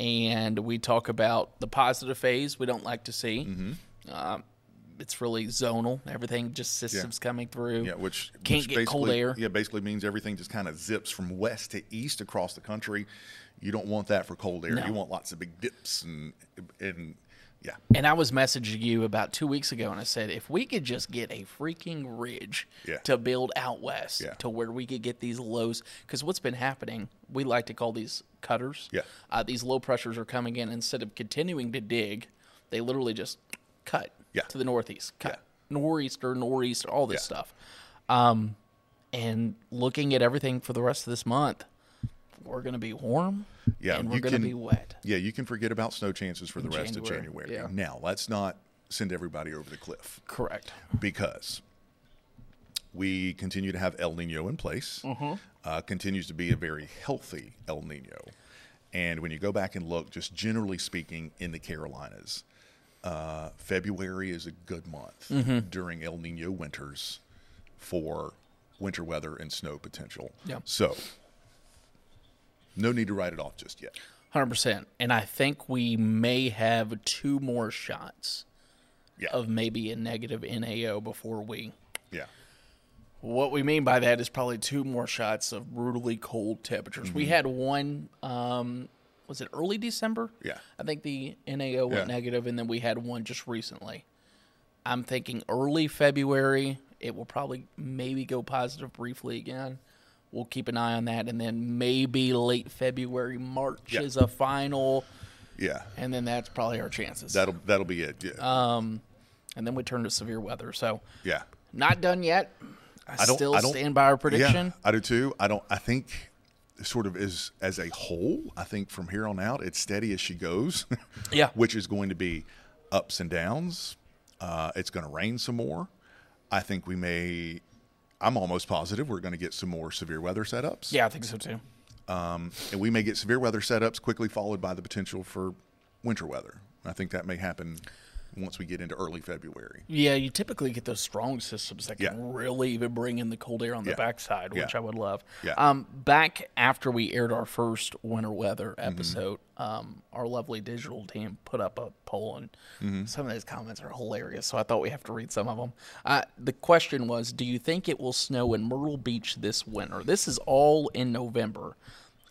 [SPEAKER 2] and we talk about the positive phase we don't like to see.
[SPEAKER 1] Mm-hmm.
[SPEAKER 2] Um, it's really zonal. Everything just systems coming through.
[SPEAKER 1] yeah. Which
[SPEAKER 2] Can't
[SPEAKER 1] which
[SPEAKER 2] get cold
[SPEAKER 1] basically-
[SPEAKER 2] air.
[SPEAKER 1] Yeah, basically means everything just kind of zips from west to east across the country. You don't want that for cold air.
[SPEAKER 2] No.
[SPEAKER 1] You want lots of big dips and and yeah.
[SPEAKER 2] And I was messaging you about two weeks ago, and I said if we could just get a freaking ridge
[SPEAKER 1] Yeah.
[SPEAKER 2] to build out west
[SPEAKER 1] Yeah.
[SPEAKER 2] to where we could get these lows, because what's been happening, we like to call these cutters.
[SPEAKER 1] Yeah.
[SPEAKER 2] Uh, these low pressures are coming in instead of continuing to dig, they literally just cut
[SPEAKER 1] Yeah.
[SPEAKER 2] to the northeast, cut nor'easter, nor'east, all this
[SPEAKER 1] Yeah.
[SPEAKER 2] stuff. Um, and looking at everything for the rest of this month, we're gonna be warm.
[SPEAKER 1] Yeah,
[SPEAKER 2] and we're
[SPEAKER 1] you
[SPEAKER 2] gonna
[SPEAKER 1] can-
[SPEAKER 2] be wet.
[SPEAKER 1] Yeah, you can forget about snow chances for the rest of
[SPEAKER 2] January,
[SPEAKER 1] January.
[SPEAKER 2] yeah.
[SPEAKER 1] Now, let's not send everybody over the cliff
[SPEAKER 2] Correct.
[SPEAKER 1] because we continue to have El Nino in place.
[SPEAKER 2] Mm-hmm.
[SPEAKER 1] Uh, continues to be a very healthy El Nino. And when you go back and look, just generally speaking, in the Carolinas, uh, February is a good month
[SPEAKER 2] Mm-hmm.
[SPEAKER 1] during El Nino winters for winter weather and snow potential.
[SPEAKER 2] Yeah.
[SPEAKER 1] So, no need to write it off just yet.
[SPEAKER 2] Hundred percent, and I think we may have two more shots
[SPEAKER 1] Yeah.
[SPEAKER 2] of maybe a negative NAO before we.
[SPEAKER 1] Yeah.
[SPEAKER 2] What we mean by that is probably two more shots of brutally cold temperatures. We
[SPEAKER 1] Mm-hmm.
[SPEAKER 2] had one. Um, was it early December?
[SPEAKER 1] Yeah.
[SPEAKER 2] I think the NAO went
[SPEAKER 1] Yeah.
[SPEAKER 2] negative, and then we had one just recently. I'm thinking early February. It will probably maybe go positive briefly again. We'll keep an eye on that, and then maybe late February, March
[SPEAKER 1] Yeah.
[SPEAKER 2] is a final.
[SPEAKER 1] Yeah.
[SPEAKER 2] and then that's probably our chances.
[SPEAKER 1] That'll that'll be it. Yeah.
[SPEAKER 2] Uh, and then we turn to severe weather. So
[SPEAKER 1] yeah.
[SPEAKER 2] not done yet. I,
[SPEAKER 1] don't-
[SPEAKER 2] still
[SPEAKER 1] I don't-
[SPEAKER 2] stand by our prediction.
[SPEAKER 1] Yeah, I do too. I don't I think sort of as as a whole, I think from here on out it's steady as she goes.
[SPEAKER 2] Yeah.
[SPEAKER 1] Which is going to be ups and downs. Uh, it's gonna rain some more. I think we may I'm almost positive we're going to get some more severe weather setups.
[SPEAKER 2] Yeah, I think so too.
[SPEAKER 1] And we may get severe weather setups quickly followed by the potential for winter weather. I think that may happen once we get into early February.
[SPEAKER 2] Yeah, you typically get those strong systems that can
[SPEAKER 1] Yeah.
[SPEAKER 2] really even bring in the cold air on the
[SPEAKER 1] Yeah.
[SPEAKER 2] backside, which
[SPEAKER 1] Yeah.
[SPEAKER 2] I would love.
[SPEAKER 1] Yeah.
[SPEAKER 2] Um, back after we aired our first winter weather episode, um, our lovely digital team put up a poll, and some of those comments are hilarious. So I thought we have to read some of them. Uh, the question was, do you think it will snow in Myrtle Beach this winter? This is all in November.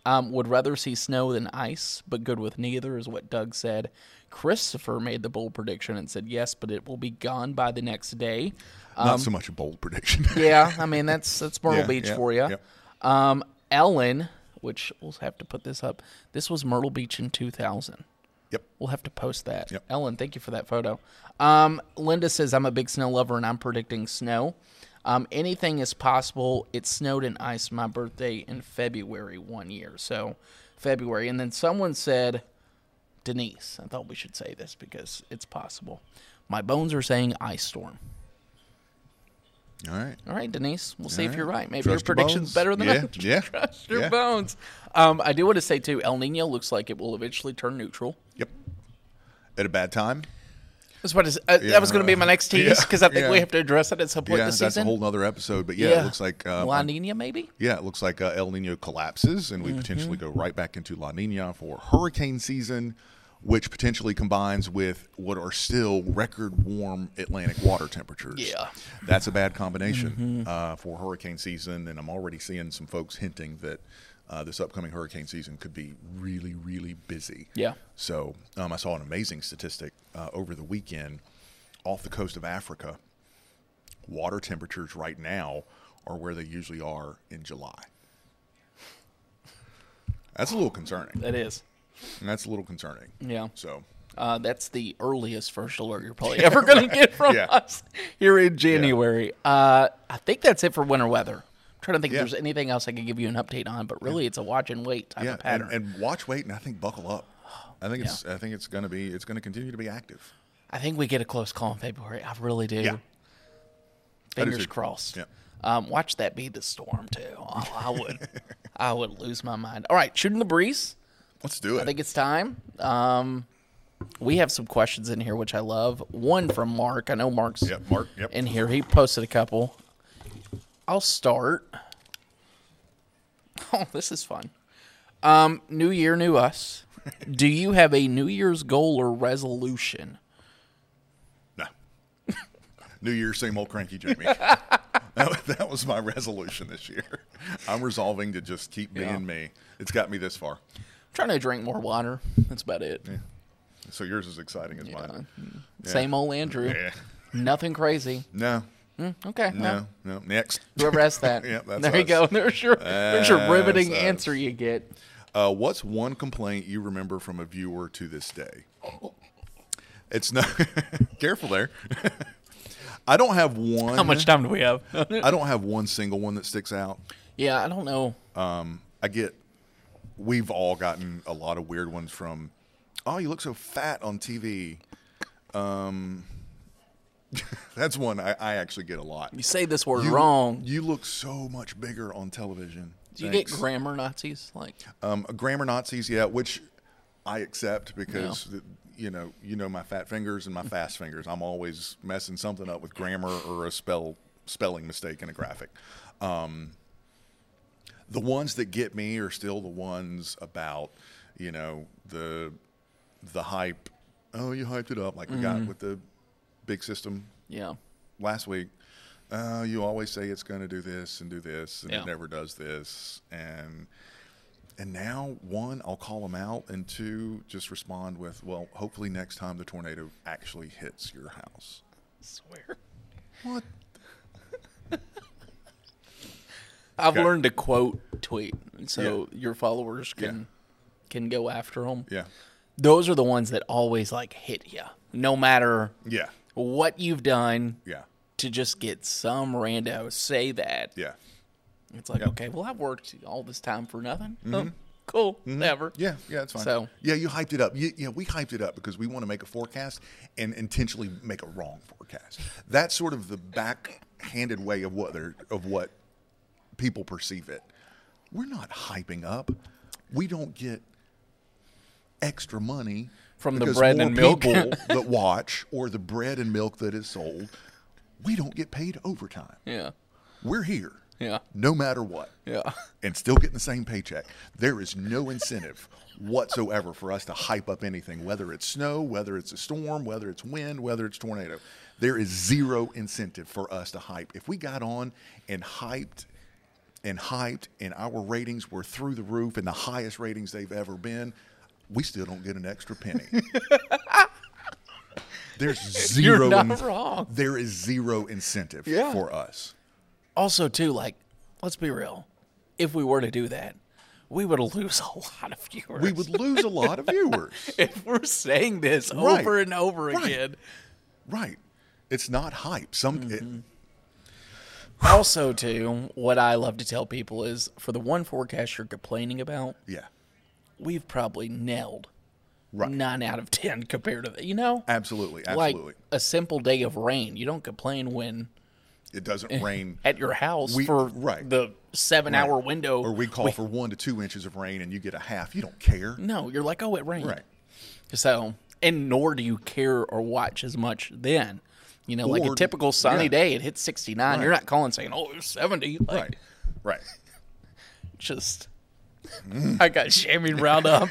[SPEAKER 2] Um, would rather see snow than ice, but good with neither, is what Doug said. Christopher made the bold prediction and said yes, but it will be gone by the next day. Um,
[SPEAKER 1] Not so much a bold prediction.
[SPEAKER 2] Yeah, I mean that's that's Myrtle
[SPEAKER 1] Yeah,
[SPEAKER 2] Beach
[SPEAKER 1] yeah,
[SPEAKER 2] for you.
[SPEAKER 1] yeah.
[SPEAKER 2] Um, Ellen, which we'll have to put this up. This was Myrtle Beach in 2000.
[SPEAKER 1] yep.
[SPEAKER 2] We'll have to post that.
[SPEAKER 1] Yep.
[SPEAKER 2] Ellen, thank you for that photo. Um, Linda says I'm a big snow lover and I'm predicting snow. Um, anything is possible. It snowed and ice my birthday in February one year, so February. And then someone said Denise, I thought we should say this because it's possible. My bones are saying ice storm.
[SPEAKER 1] All right.
[SPEAKER 2] All right, Denise. We'll see if
[SPEAKER 1] right.
[SPEAKER 2] you're right. Maybe
[SPEAKER 1] Trust your
[SPEAKER 2] your prediction's
[SPEAKER 1] bones.
[SPEAKER 2] better than
[SPEAKER 1] Yeah,
[SPEAKER 2] mine.
[SPEAKER 1] yeah,
[SPEAKER 2] Trust your
[SPEAKER 1] yeah.
[SPEAKER 2] bones. Um, I do want to say too, El Nino looks like it will eventually turn neutral.
[SPEAKER 1] Yep. At a bad time.
[SPEAKER 2] That's what is, uh, that was going to be my next tease
[SPEAKER 1] Yeah.
[SPEAKER 2] because I think
[SPEAKER 1] Yeah.
[SPEAKER 2] we have to address it at some point
[SPEAKER 1] yeah,
[SPEAKER 2] this
[SPEAKER 1] that's
[SPEAKER 2] season.
[SPEAKER 1] a whole other episode. But yeah, it looks like uh,
[SPEAKER 2] La Nina, maybe.
[SPEAKER 1] yeah, it looks like uh, El Nino collapses, and we potentially
[SPEAKER 2] Mm-hmm.
[SPEAKER 1] go right back into La Nina for hurricane season, which potentially combines with what are still record warm Atlantic water temperatures.
[SPEAKER 2] Yeah. Mm-hmm.
[SPEAKER 1] that's a bad combination uh, for hurricane season, and I'm already seeing some folks hinting that. Uh, this upcoming hurricane season could be really, really busy.
[SPEAKER 2] Yeah.
[SPEAKER 1] So um, I saw an amazing statistic uh, over the weekend off the coast of Africa. Water temperatures right now are where they usually are in July. That's a little concerning.
[SPEAKER 2] That is.
[SPEAKER 1] That's a little concerning.
[SPEAKER 2] Yeah.
[SPEAKER 1] So,
[SPEAKER 2] Uh, that's the earliest first alert you're probably ever going to get from
[SPEAKER 1] Yeah.
[SPEAKER 2] us here in January. Uh, I think that's it for winter weather. I'm trying to think
[SPEAKER 1] Yeah.
[SPEAKER 2] if there's anything else I could give you an update on, but really it's a watch and wait type
[SPEAKER 1] yeah,
[SPEAKER 2] of
[SPEAKER 1] and,
[SPEAKER 2] pattern.
[SPEAKER 1] and watch, wait, and I think buckle up. I think it's I think it's going to be it's going to continue to be active.
[SPEAKER 2] I think we get a close call in February. I really do.
[SPEAKER 1] Yeah. I do
[SPEAKER 2] Fingers
[SPEAKER 1] too.
[SPEAKER 2] crossed.
[SPEAKER 1] Yeah.
[SPEAKER 2] Um, watch that be the storm too. Oh, I would, I would lose my mind. All right, shooting the breeze.
[SPEAKER 1] Let's do it.
[SPEAKER 2] I think it's time. Um, we have some questions in here which I love. One from Mark. I know Mark's
[SPEAKER 1] Yep, Mark, yep.
[SPEAKER 2] in here. He posted a couple. I'll start. Oh, this is fun. Um, new year, new us. Do you have a New Year's goal or resolution?
[SPEAKER 1] No. New Year, same old cranky Jamie. that, wa- that was my resolution this year. I'm resolving to just keep being
[SPEAKER 2] Yeah.
[SPEAKER 1] me. It's got me this far.
[SPEAKER 2] trying to drink more water. That's about it.
[SPEAKER 1] So yours is exciting as mine. Eh,
[SPEAKER 2] Same old Andrew.
[SPEAKER 1] Yeah.
[SPEAKER 2] Nothing crazy.
[SPEAKER 1] No,
[SPEAKER 2] Mm, Okay.
[SPEAKER 1] no,
[SPEAKER 2] well,
[SPEAKER 1] no. Next.
[SPEAKER 2] Whoever asked that.
[SPEAKER 1] Yep, that's
[SPEAKER 2] there you
[SPEAKER 1] us.
[SPEAKER 2] go. There's your there's your riveting
[SPEAKER 1] That's us.
[SPEAKER 2] answer you get.
[SPEAKER 1] Uh, what's one complaint you remember from a viewer to this day? It's not. careful there. I don't have one.
[SPEAKER 2] How much time do we have?
[SPEAKER 1] I don't have one single one that sticks out.
[SPEAKER 2] yeah, I don't know.
[SPEAKER 1] I get we've all gotten a lot of weird ones from oh you look so fat on TV. Um that's one I, I actually get a lot.
[SPEAKER 2] You say this word wrong.
[SPEAKER 1] You look so much bigger on television.
[SPEAKER 2] Do you
[SPEAKER 1] Thanks.
[SPEAKER 2] get grammar Nazis? Like
[SPEAKER 1] um, grammar Nazis yeah, which I accept because th- you know, you know my fat fingers and my fast fingers. I'm always messing something up with grammar or a spell spelling mistake in a graphic. Um, the ones that get me are still the ones about you know the the hype oh you hyped it up like we got with the big system
[SPEAKER 2] yeah.
[SPEAKER 1] last week uh, you always say it's going to do this and do this and
[SPEAKER 2] Yeah.
[SPEAKER 1] it never does this and and now one i'll call them out and two just respond with well hopefully next time the tornado actually hits your house
[SPEAKER 2] Swear.
[SPEAKER 1] what
[SPEAKER 2] I've
[SPEAKER 1] Okay.
[SPEAKER 2] learned to quote tweet, so your followers can can go after them.
[SPEAKER 1] yeah
[SPEAKER 2] Those are the ones that always like hit you, no matter
[SPEAKER 1] yeah
[SPEAKER 2] what you've done.
[SPEAKER 1] yeah
[SPEAKER 2] to just get some rando say that.
[SPEAKER 1] yeah
[SPEAKER 2] It's like, okay, well, I worked all this time for nothing. Oh, cool, never.
[SPEAKER 1] Yeah, yeah, it's fine.
[SPEAKER 2] So-
[SPEAKER 1] yeah, you hyped it up. You, yeah, we hyped it up because we want to make a forecast and intentionally make a wrong forecast. That's sort of the backhanded way of what they're of what people perceive it. We're not hyping up. We don't get extra money
[SPEAKER 2] From the
[SPEAKER 1] because
[SPEAKER 2] bread
[SPEAKER 1] more
[SPEAKER 2] and milk.
[SPEAKER 1] people that watch or the bread and milk that is sold. We don't get paid overtime.
[SPEAKER 2] Yeah,
[SPEAKER 1] We're here.
[SPEAKER 2] Yeah.
[SPEAKER 1] No matter what
[SPEAKER 2] yeah.
[SPEAKER 1] and still getting the same paycheck. There is no incentive whatsoever for us to hype up anything, whether it's snow, whether it's a storm, whether it's wind, whether it's tornado. There is zero incentive for us to hype. If we got on and hyped and hyped and our ratings were through the roof and the highest ratings they've ever been, we still don't get an extra penny. There's 0
[SPEAKER 2] not wrong.
[SPEAKER 1] There is zero incentive
[SPEAKER 2] Yeah.
[SPEAKER 1] for us.
[SPEAKER 2] Also, too, like, let's be real. If we were to do that, we would lose a lot of viewers.
[SPEAKER 1] We would lose a lot of viewers.
[SPEAKER 2] if we're saying this
[SPEAKER 1] Right.
[SPEAKER 2] over and over
[SPEAKER 1] Right.
[SPEAKER 2] again.
[SPEAKER 1] Right. It's not hype. Some
[SPEAKER 2] Mm-hmm.
[SPEAKER 1] it,
[SPEAKER 2] Also, too, what I love to tell people is for the one forecast you're complaining about,
[SPEAKER 1] yeah.
[SPEAKER 2] we've probably nailed
[SPEAKER 1] Right.
[SPEAKER 2] nine out of ten compared to the, you know,
[SPEAKER 1] Absolutely, absolutely.
[SPEAKER 2] like a simple day of rain. You don't complain when
[SPEAKER 1] it doesn't rain.
[SPEAKER 2] at your house
[SPEAKER 1] We-
[SPEAKER 2] for
[SPEAKER 1] right.
[SPEAKER 2] the seven hour window.
[SPEAKER 1] Or we call for one to two inches of rain and you get a half. You don't care.
[SPEAKER 2] no, you're like, oh, it rained.
[SPEAKER 1] Right.
[SPEAKER 2] So, and nor do you care or watch as much then. You know, like a
[SPEAKER 1] Or-
[SPEAKER 2] typical sunny
[SPEAKER 1] yeah.
[SPEAKER 2] day, it hits 69. You're
[SPEAKER 1] Right.
[SPEAKER 2] not calling saying, oh, it's 70. Like,
[SPEAKER 1] Right. Right.
[SPEAKER 2] Just, I got shamming round up.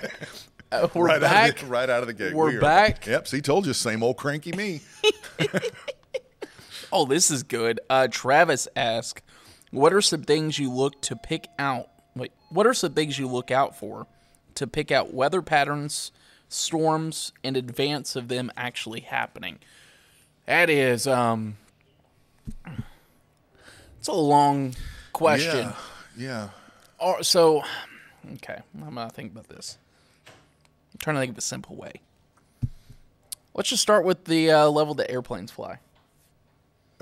[SPEAKER 2] Uh, we're
[SPEAKER 1] Mm. Right
[SPEAKER 2] back.
[SPEAKER 1] out, of the, right out of the gate.
[SPEAKER 2] We're
[SPEAKER 1] We are-
[SPEAKER 2] back.
[SPEAKER 1] Yep. See, told you, same old cranky me.
[SPEAKER 2] Oh, this is good. Uh, Travis asks, "What are some things you look to pick out? Wait, what are some things you look out for to pick out weather patterns, storms in advance of them actually happening?" That is, um, it's a long question.
[SPEAKER 1] Yeah. Yeah.
[SPEAKER 2] Or- so, okay, I'm gonna think about this. I'm trying to think of a simple way. Let's just start with the uh, level that airplanes fly.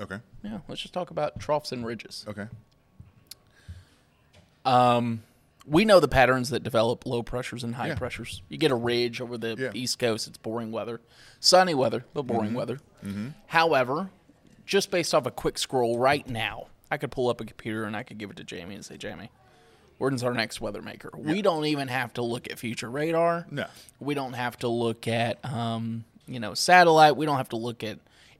[SPEAKER 1] Okay.
[SPEAKER 2] Yeah, let's just talk about troughs and ridges.
[SPEAKER 1] Okay.
[SPEAKER 2] we know the patterns that develop low pressures and high
[SPEAKER 1] Yeah.
[SPEAKER 2] pressures. You get a ridge over the
[SPEAKER 1] Yeah. Mm-hmm.
[SPEAKER 2] East Coast, it's boring weather. Sunny weather, but boring weather. However, just based off a quick scroll right now, I could pull up a computer and I could give it to Jamie and say, Jamie, when's our next weather maker? We don't even have to look at future radar.
[SPEAKER 1] No.
[SPEAKER 2] We don't have to look at, um, you know, satellite. We don't have to look at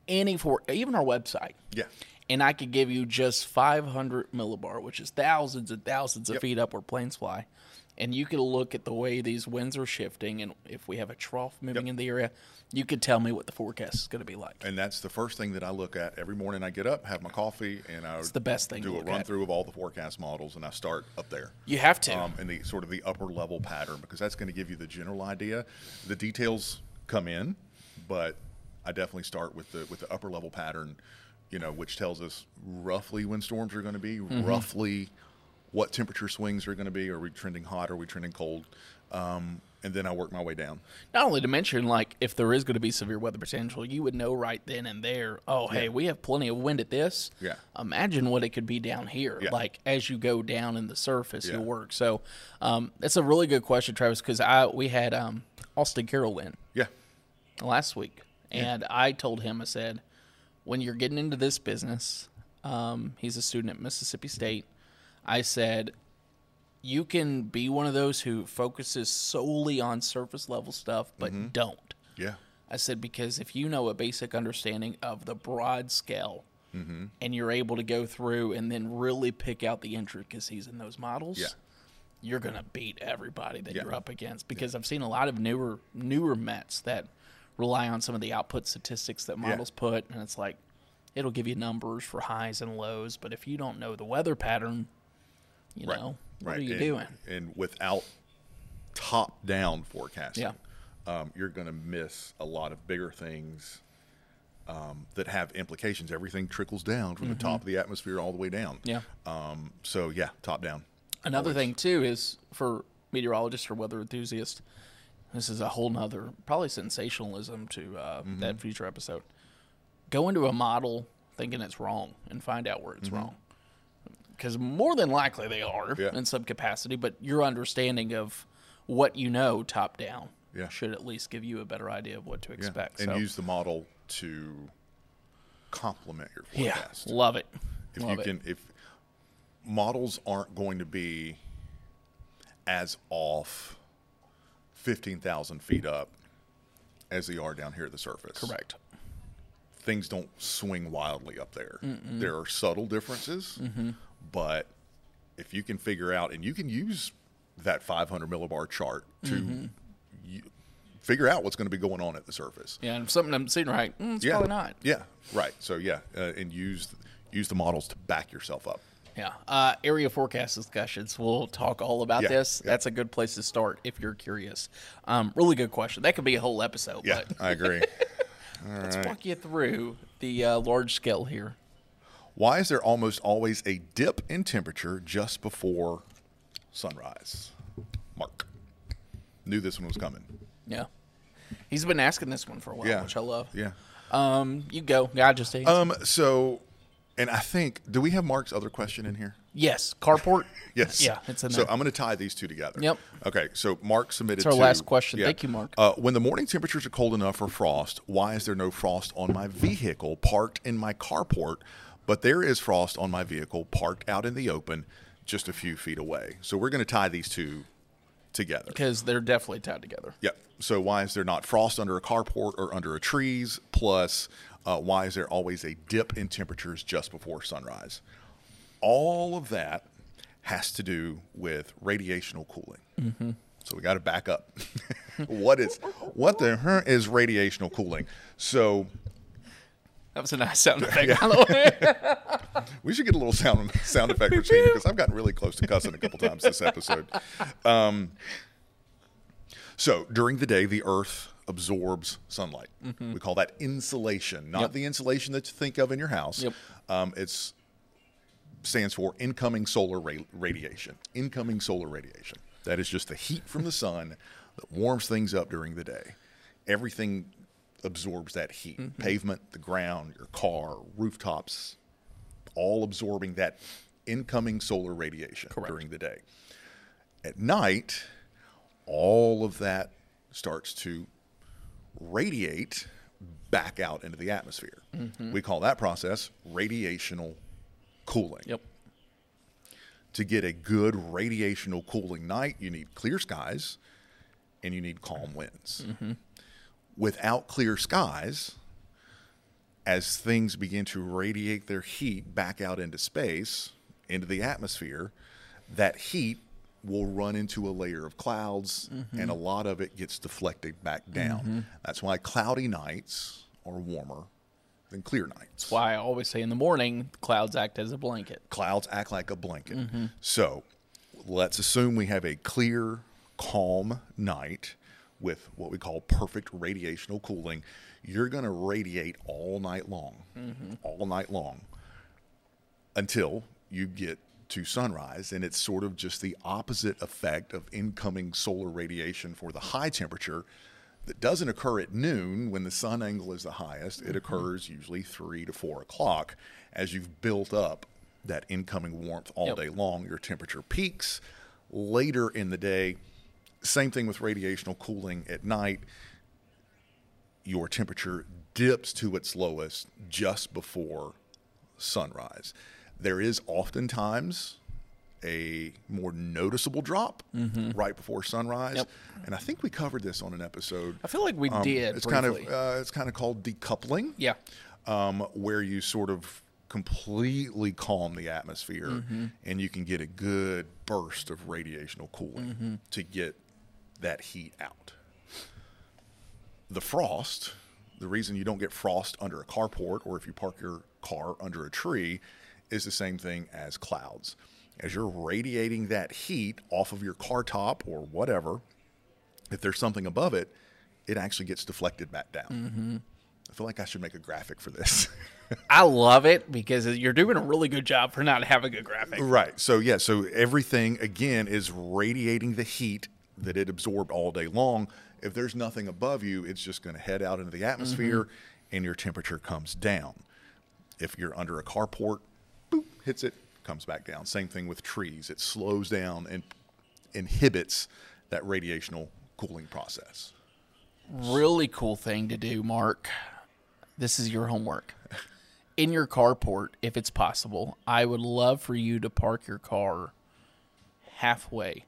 [SPEAKER 2] any for even our website
[SPEAKER 1] Yeah.
[SPEAKER 2] and I could give you just 500 millibar, which is thousands and thousands of feet up where planes fly. And you could look at the way these winds are shifting, and if we have a trough moving in the area, you could tell me what the forecast is going to be like.
[SPEAKER 1] And that's the first thing that I look at every morning. I get up, have my coffee, and I
[SPEAKER 2] the best thing to
[SPEAKER 1] do a
[SPEAKER 2] look
[SPEAKER 1] run
[SPEAKER 2] at.
[SPEAKER 1] through of all the forecast models, and I start up there.
[SPEAKER 2] You have to.
[SPEAKER 1] um, and the sort of the upper level pattern because that's going to give you the general idea. The details come in, but I definitely start with the with the upper level pattern, you know, which tells us roughly when storms are going to be, roughly what temperature swings are going to be. Are we trending hot? Are we trending cold? Um, and then I work my way down.
[SPEAKER 2] Not only to mention, like, if there is going to be severe weather potential, you would know right then and there, oh, hey, we have plenty of wind at this.
[SPEAKER 1] Yeah.
[SPEAKER 2] Imagine what it could be down here.
[SPEAKER 1] Yeah.
[SPEAKER 2] Like, as you go down in the surface,
[SPEAKER 1] Yeah.
[SPEAKER 2] you'll work. So, um, that's a really good question, Travis, because I we had um, Austin Carroll in.
[SPEAKER 1] Yeah,
[SPEAKER 2] last week, and I told him, I said, when you're getting into this business, um, he's a student at Mississippi State. I said, you can be one of those who focuses solely on surface level stuff, but don't.
[SPEAKER 1] yeah,
[SPEAKER 2] I said, because if you know a basic understanding of the broad scale
[SPEAKER 1] Mm-hmm.
[SPEAKER 2] and you're able to go through and then really pick out the intricacies in those models,
[SPEAKER 1] Yeah.
[SPEAKER 2] you're going to beat everybody that
[SPEAKER 1] Yeah.
[SPEAKER 2] you're up against. Because I've seen a lot of newer, newer Mets that rely on some of the output statistics that models put. And it's like, it'll give you numbers for highs and lows. But if you don't know the weather pattern, you
[SPEAKER 1] right,
[SPEAKER 2] know, what
[SPEAKER 1] right.
[SPEAKER 2] are you
[SPEAKER 1] and,
[SPEAKER 2] doing?
[SPEAKER 1] And without top down forecasting,
[SPEAKER 2] Yeah.
[SPEAKER 1] um, you're going to miss a lot of bigger things um, that have implications. Everything trickles down from the top of the atmosphere all the way down.
[SPEAKER 2] Mm-hmm. Yeah.
[SPEAKER 1] Um, so yeah, top down.
[SPEAKER 2] Another thing too is for meteorologists or weather enthusiasts, this is a whole nother probably sensationalism to uh,
[SPEAKER 1] Mm-hmm.
[SPEAKER 2] that future episode. Go into a model thinking it's wrong and find out where it's wrong. Because more than likely they are
[SPEAKER 1] Mm-hmm. Yeah.
[SPEAKER 2] in some capacity, but your understanding of what you know top down
[SPEAKER 1] Yeah.
[SPEAKER 2] should at least give you a better idea of what to
[SPEAKER 1] Yeah.
[SPEAKER 2] expect.
[SPEAKER 1] And
[SPEAKER 2] so,
[SPEAKER 1] use the model to complement your
[SPEAKER 2] yeah,
[SPEAKER 1] forecast.
[SPEAKER 2] love it.
[SPEAKER 1] if
[SPEAKER 2] love
[SPEAKER 1] you
[SPEAKER 2] it.
[SPEAKER 1] can, if models aren't going to be as off fifteen thousand feet up as they are down here at the surface,
[SPEAKER 2] correct.
[SPEAKER 1] things don't swing wildly up there. There are subtle differences,
[SPEAKER 2] Mm-hmm.
[SPEAKER 1] but if you can figure out and you can use that 500 millibar chart to
[SPEAKER 2] Mm-hmm.
[SPEAKER 1] y- figure out what's going to be going on at the surface.
[SPEAKER 2] Yeah, and if something I'm seeing right, mm, it's
[SPEAKER 1] yeah,
[SPEAKER 2] probably not.
[SPEAKER 1] Yeah, right. So yeah, uh, and use use the models to back yourself up.
[SPEAKER 2] Yeah. Uh, area forecast discussions. We'll talk all about
[SPEAKER 1] Yeah,
[SPEAKER 2] this.
[SPEAKER 1] yeah.
[SPEAKER 2] That's a good place to start if you're curious. Um, really good question. That could be a whole episode.
[SPEAKER 1] Yeah,
[SPEAKER 2] But
[SPEAKER 1] I agree.
[SPEAKER 2] let's walk you through the uh, large scale here.
[SPEAKER 1] Why is there almost always a dip in temperature just before sunrise? Mark knew this one was coming.
[SPEAKER 2] Yeah. He's been asking this one for a while,
[SPEAKER 1] Yeah, Uh,
[SPEAKER 2] which I love.
[SPEAKER 1] Yeah.
[SPEAKER 2] Um, you go. Yeah, I just answered.
[SPEAKER 1] Um. So, and I think, do we have Mark's other question in here?
[SPEAKER 2] Yes, carport.
[SPEAKER 1] Yes.
[SPEAKER 2] Yeah, it's in
[SPEAKER 1] so uh,
[SPEAKER 2] there.
[SPEAKER 1] I'm going to tie these two together.
[SPEAKER 2] Yep.
[SPEAKER 1] Okay. So Mark submitted.
[SPEAKER 2] That's our
[SPEAKER 1] to-
[SPEAKER 2] last question. Thank you, Mark.
[SPEAKER 1] Uh, when the morning temperatures are cold enough for frost, why is there no frost on my vehicle parked in my carport, but there is frost on my vehicle parked out in the open, just a few feet away? So we're going to tie these two together.
[SPEAKER 2] because they're definitely tied together.
[SPEAKER 1] Yep. So why is there not frost under a carport or under a trees? Plus, uh, why is there always a dip in temperatures just before sunrise? All of that has to do with radiational cooling. Mm-hmm. So we got to back up. what is what the huh, is radiational cooling? So
[SPEAKER 2] That was a nice sound effect. by the way.
[SPEAKER 1] we should get a little sound sound effect routine because I've gotten really close to cussing a couple times this episode. Um, so during the day, the Earth absorbs sunlight. We call that insulation, not
[SPEAKER 2] Mm-hmm. Yep.
[SPEAKER 1] the insulation that you think of in your house.
[SPEAKER 2] Yep.
[SPEAKER 1] Um, it's stands for incoming solar ra- radiation. Incoming solar radiation. That is just the heat from the sun that warms things up during the day. Everything absorbs that heat.
[SPEAKER 2] Mm-hmm.
[SPEAKER 1] Pavement, the ground, your car, rooftops, all absorbing that incoming solar radiation during the day. At night, all of that starts to radiate back out into the atmosphere. We call that process radiational cooling.
[SPEAKER 2] Yep.
[SPEAKER 1] To get a good radiational cooling night, you need clear skies and you need calm winds. Without clear skies, as things begin to radiate their heat back out into space, into the atmosphere, that heat will run into a layer of clouds and a lot of it gets deflected back down. That's why cloudy nights are warmer than clear nights
[SPEAKER 2] Why I always say in the morning, clouds act as a blanket.
[SPEAKER 1] clouds act like a blanket. So let's assume we have a clear, calm night with what we call perfect radiational cooling. You're going to radiate all night long, all night long until you get to sunrise. And it's sort of just the opposite effect of incoming solar radiation for the high temperature. That doesn't occur at noon when the sun angle is the highest. It occurs usually three to four o'clock as you've built up that incoming warmth all
[SPEAKER 2] Yep.
[SPEAKER 1] day long. Your temperature peaks later in the day. Same thing with radiational cooling at night your temperature dips to its lowest just before sunrise. There is oftentimes a more noticeable drop right before sunrise,
[SPEAKER 2] Mm-hmm. Yep.
[SPEAKER 1] and I think we covered this on an episode.
[SPEAKER 2] I feel like we
[SPEAKER 1] Um,
[SPEAKER 2] did.
[SPEAKER 1] it's
[SPEAKER 2] briefly.
[SPEAKER 1] kind of uh, it's kind of called decoupling
[SPEAKER 2] yeah.
[SPEAKER 1] um, where you sort of completely calm the atmosphere and you can get a good burst of radiational cooling to get that heat out. The frost, the reason you don't get frost under a carport or if you park your car under a tree is the same thing as clouds. As you're radiating that heat off of your car top or whatever, if there's something above it, it actually gets deflected back down. I feel like I should make a graphic for this.
[SPEAKER 2] I love it because you're doing a really good job for not having a graphic.
[SPEAKER 1] right. So yeah, so everything again is radiating the heat that it absorbed all day long. If there's nothing above you, it's just going to head out into the atmosphere and your temperature comes down. If you're under a carport, boop, hits it, comes back down. Same thing with trees. It slows down and inhibits that radiational cooling process.
[SPEAKER 2] Really cool thing to do, Mark. This is your homework. In your carport, if it's possible, I would love for you to park your car halfway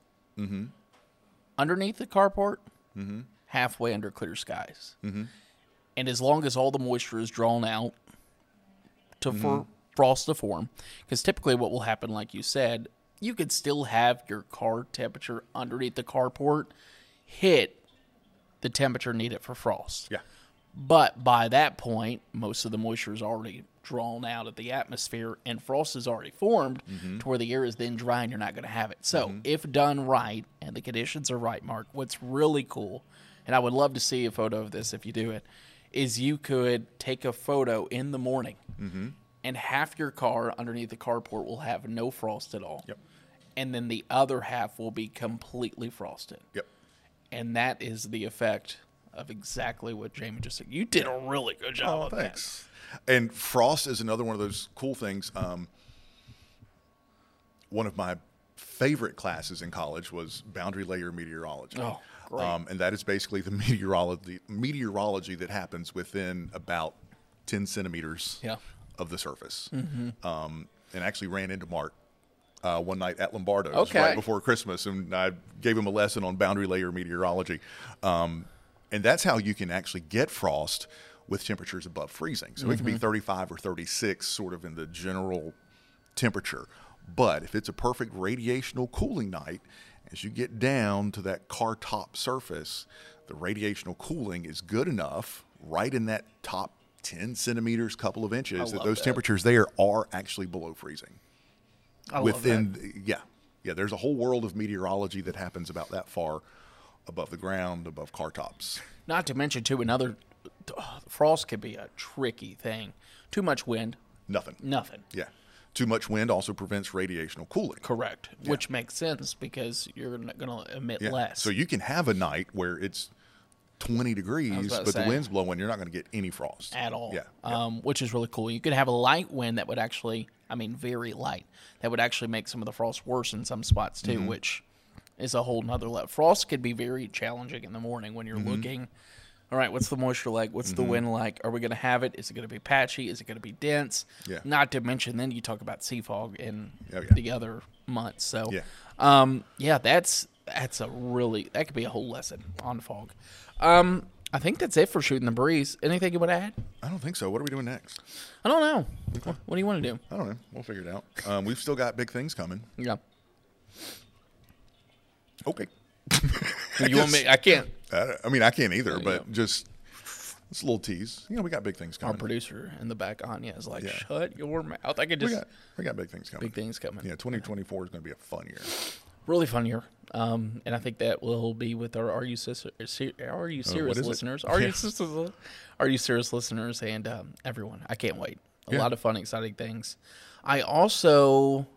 [SPEAKER 2] underneath the carport, halfway under clear skies. And as long as all the moisture is drawn out to for frost to form, because typically what will happen, like you said, you could still have your car temperature underneath the carport hit the temperature needed for frost.
[SPEAKER 1] Yeah.
[SPEAKER 2] But by that point, most of the moisture is already drawn out of the atmosphere and frost is already formed to where the air is then dry and you're not going to have it. So, if done right and the conditions are right, Mark, what's really cool, and I would love to see a photo of this if you do it, is you could take a photo in the morning and half your car underneath the carport will have no frost at all.
[SPEAKER 1] Yep.
[SPEAKER 2] And then the other half will be completely frosted.
[SPEAKER 1] Yep.
[SPEAKER 2] And that is the effect of exactly what Jamie just said. You did a really good job
[SPEAKER 1] Oh,
[SPEAKER 2] on
[SPEAKER 1] thanks. And frost is another one of those cool things. Um, one of my favorite classes in college was boundary layer meteorology.
[SPEAKER 2] Oh, great.
[SPEAKER 1] Um, and that is basically the meteorology meteorology that happens within about ten centimeters
[SPEAKER 2] Yeah. Mm-hmm.
[SPEAKER 1] of the surface. Um, and actually ran into Mark uh, one night at Lombardo's
[SPEAKER 2] Okay.
[SPEAKER 1] right before Christmas, and I gave him a lesson on boundary layer meteorology. Um, and that's how you can actually get frost with temperatures above freezing. So it can be 35 or 36, sort of in the general temperature. But if it's a perfect radiational cooling night, as you get down to that car top surface, the radiational cooling is good enough right in that top 10 centimeters, couple of inches, that
[SPEAKER 2] love
[SPEAKER 1] those
[SPEAKER 2] that.
[SPEAKER 1] temperatures there are actually below freezing
[SPEAKER 3] I love that.
[SPEAKER 1] within yeah yeah there's a whole world of meteorology that happens about that far above the ground above car tops
[SPEAKER 2] Not to mention too another ugh, frost can be a tricky thing. Too much wind,
[SPEAKER 1] nothing
[SPEAKER 2] nothing.
[SPEAKER 1] yeah too much wind also prevents radiational cooling
[SPEAKER 2] Correct, which makes sense because you're not going to emit
[SPEAKER 1] yeah.
[SPEAKER 2] less.
[SPEAKER 1] so you can have a night where it's 20 degrees
[SPEAKER 2] about to
[SPEAKER 1] but
[SPEAKER 2] say.
[SPEAKER 1] the wind's blowing you're not going to get any frost
[SPEAKER 2] at all,
[SPEAKER 1] yeah
[SPEAKER 2] Um, which is really cool. You could have a light wind that would actually, I mean, very light, that would actually make some of the frost worse in some spots too,
[SPEAKER 1] Mm-hmm.
[SPEAKER 2] which is a whole nother level. Frost could be very challenging in the morning when you're
[SPEAKER 1] Mm-hmm.
[SPEAKER 2] looking. All right, what's the moisture like? What's the wind like? Are we going to have it? Is it going to be patchy? Is it going to be dense?
[SPEAKER 1] Yeah.
[SPEAKER 2] Not to mention, then you talk about sea fog in
[SPEAKER 1] Oh, yeah.
[SPEAKER 2] the other months. So,
[SPEAKER 1] Yeah.
[SPEAKER 2] um, yeah, that's that's a really that could be a whole lesson on fog. Um, I think that's it for shooting the breeze. Anything you want to add?
[SPEAKER 1] i don't think so what are we doing next
[SPEAKER 2] I don't know. Wh- What do you want to do?
[SPEAKER 1] i don't know we'll figure it out um, we've still got big things coming
[SPEAKER 2] Yeah.
[SPEAKER 1] okay
[SPEAKER 2] You want me? I can't.
[SPEAKER 1] i, I mean i can't either but
[SPEAKER 2] yeah.
[SPEAKER 1] just it's a little tease you know we got big things
[SPEAKER 2] Our
[SPEAKER 1] coming
[SPEAKER 2] producer in the back, Anya, is like,
[SPEAKER 1] Yeah.
[SPEAKER 2] "Shut your mouth!" I could
[SPEAKER 1] we
[SPEAKER 2] just
[SPEAKER 1] got we got big things coming
[SPEAKER 2] big things coming.
[SPEAKER 1] yeah 2024 is going to be a fun year
[SPEAKER 2] Really fun year. Um, and I think that will be with our "Are You Sis- Se- Are You Serious"
[SPEAKER 1] Uh, is it?
[SPEAKER 2] listeners. Are you
[SPEAKER 1] Yeah.
[SPEAKER 2] sis- Are You Serious listeners and um, everyone? I can't wait. A
[SPEAKER 1] Yeah.
[SPEAKER 2] lot of fun, exciting things. I also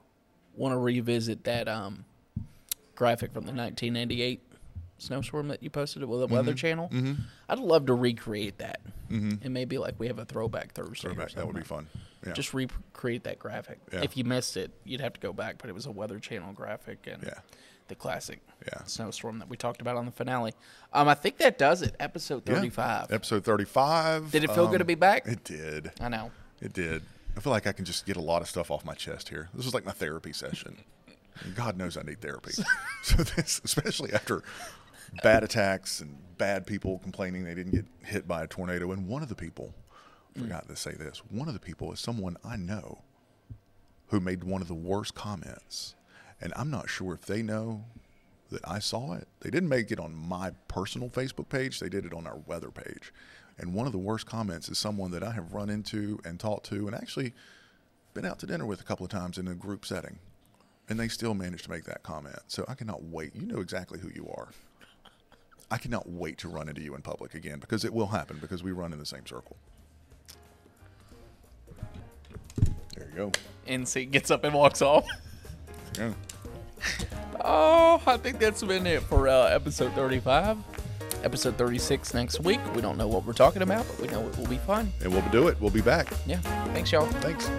[SPEAKER 2] want to revisit that um, graphic from the 1998 snowstorm that you posted with the
[SPEAKER 1] Mm-hmm.
[SPEAKER 2] Weather Channel. I'd love to recreate that, and maybe like we have a throwback Thursday. or
[SPEAKER 1] Throwback, That would be
[SPEAKER 2] something.
[SPEAKER 1] fun. Yeah.
[SPEAKER 2] Just recreate that graphic.
[SPEAKER 1] Yeah.
[SPEAKER 2] If you missed it, you'd have to go back, but it was a Weather Channel graphic and
[SPEAKER 1] Yeah.
[SPEAKER 2] the classic
[SPEAKER 1] Yeah.
[SPEAKER 2] snowstorm that we talked about on the finale. Um, I think that does it. Episode
[SPEAKER 1] Yeah.
[SPEAKER 2] 35.
[SPEAKER 1] Episode 35.
[SPEAKER 2] Did it feel good to be back?
[SPEAKER 1] It did.
[SPEAKER 2] I know.
[SPEAKER 1] It did. I feel like I can just get a lot of stuff off my chest here. This was like my therapy session. God knows I need therapy. so this, especially after bad attacks and bad people complaining they didn't get hit by a tornado. And one of the people,
[SPEAKER 2] Mm.
[SPEAKER 1] I forgot to say this, one of the people is someone I know who made one of the worst comments. And I'm not sure if they know that I saw it. They didn't make it on my personal Facebook page, they did it on our weather page. And one of the worst comments is someone that I have run into and talked to and actually been out to dinner with a couple of times in a group setting. And they still managed to make that comment. So I cannot wait. You know exactly who you are. I cannot wait to run into you in public again because it will happen because we run in the same circle. There you go.
[SPEAKER 2] And see, gets up and walks off.
[SPEAKER 1] Yeah.
[SPEAKER 2] Oh, I think that's been it for uh, episode 35. Episode 36 next week. We don't know what we're talking about, but we know it will be fun.
[SPEAKER 1] And we'll do it. We'll be back.
[SPEAKER 2] Yeah. Thanks, y'all.
[SPEAKER 1] Thanks.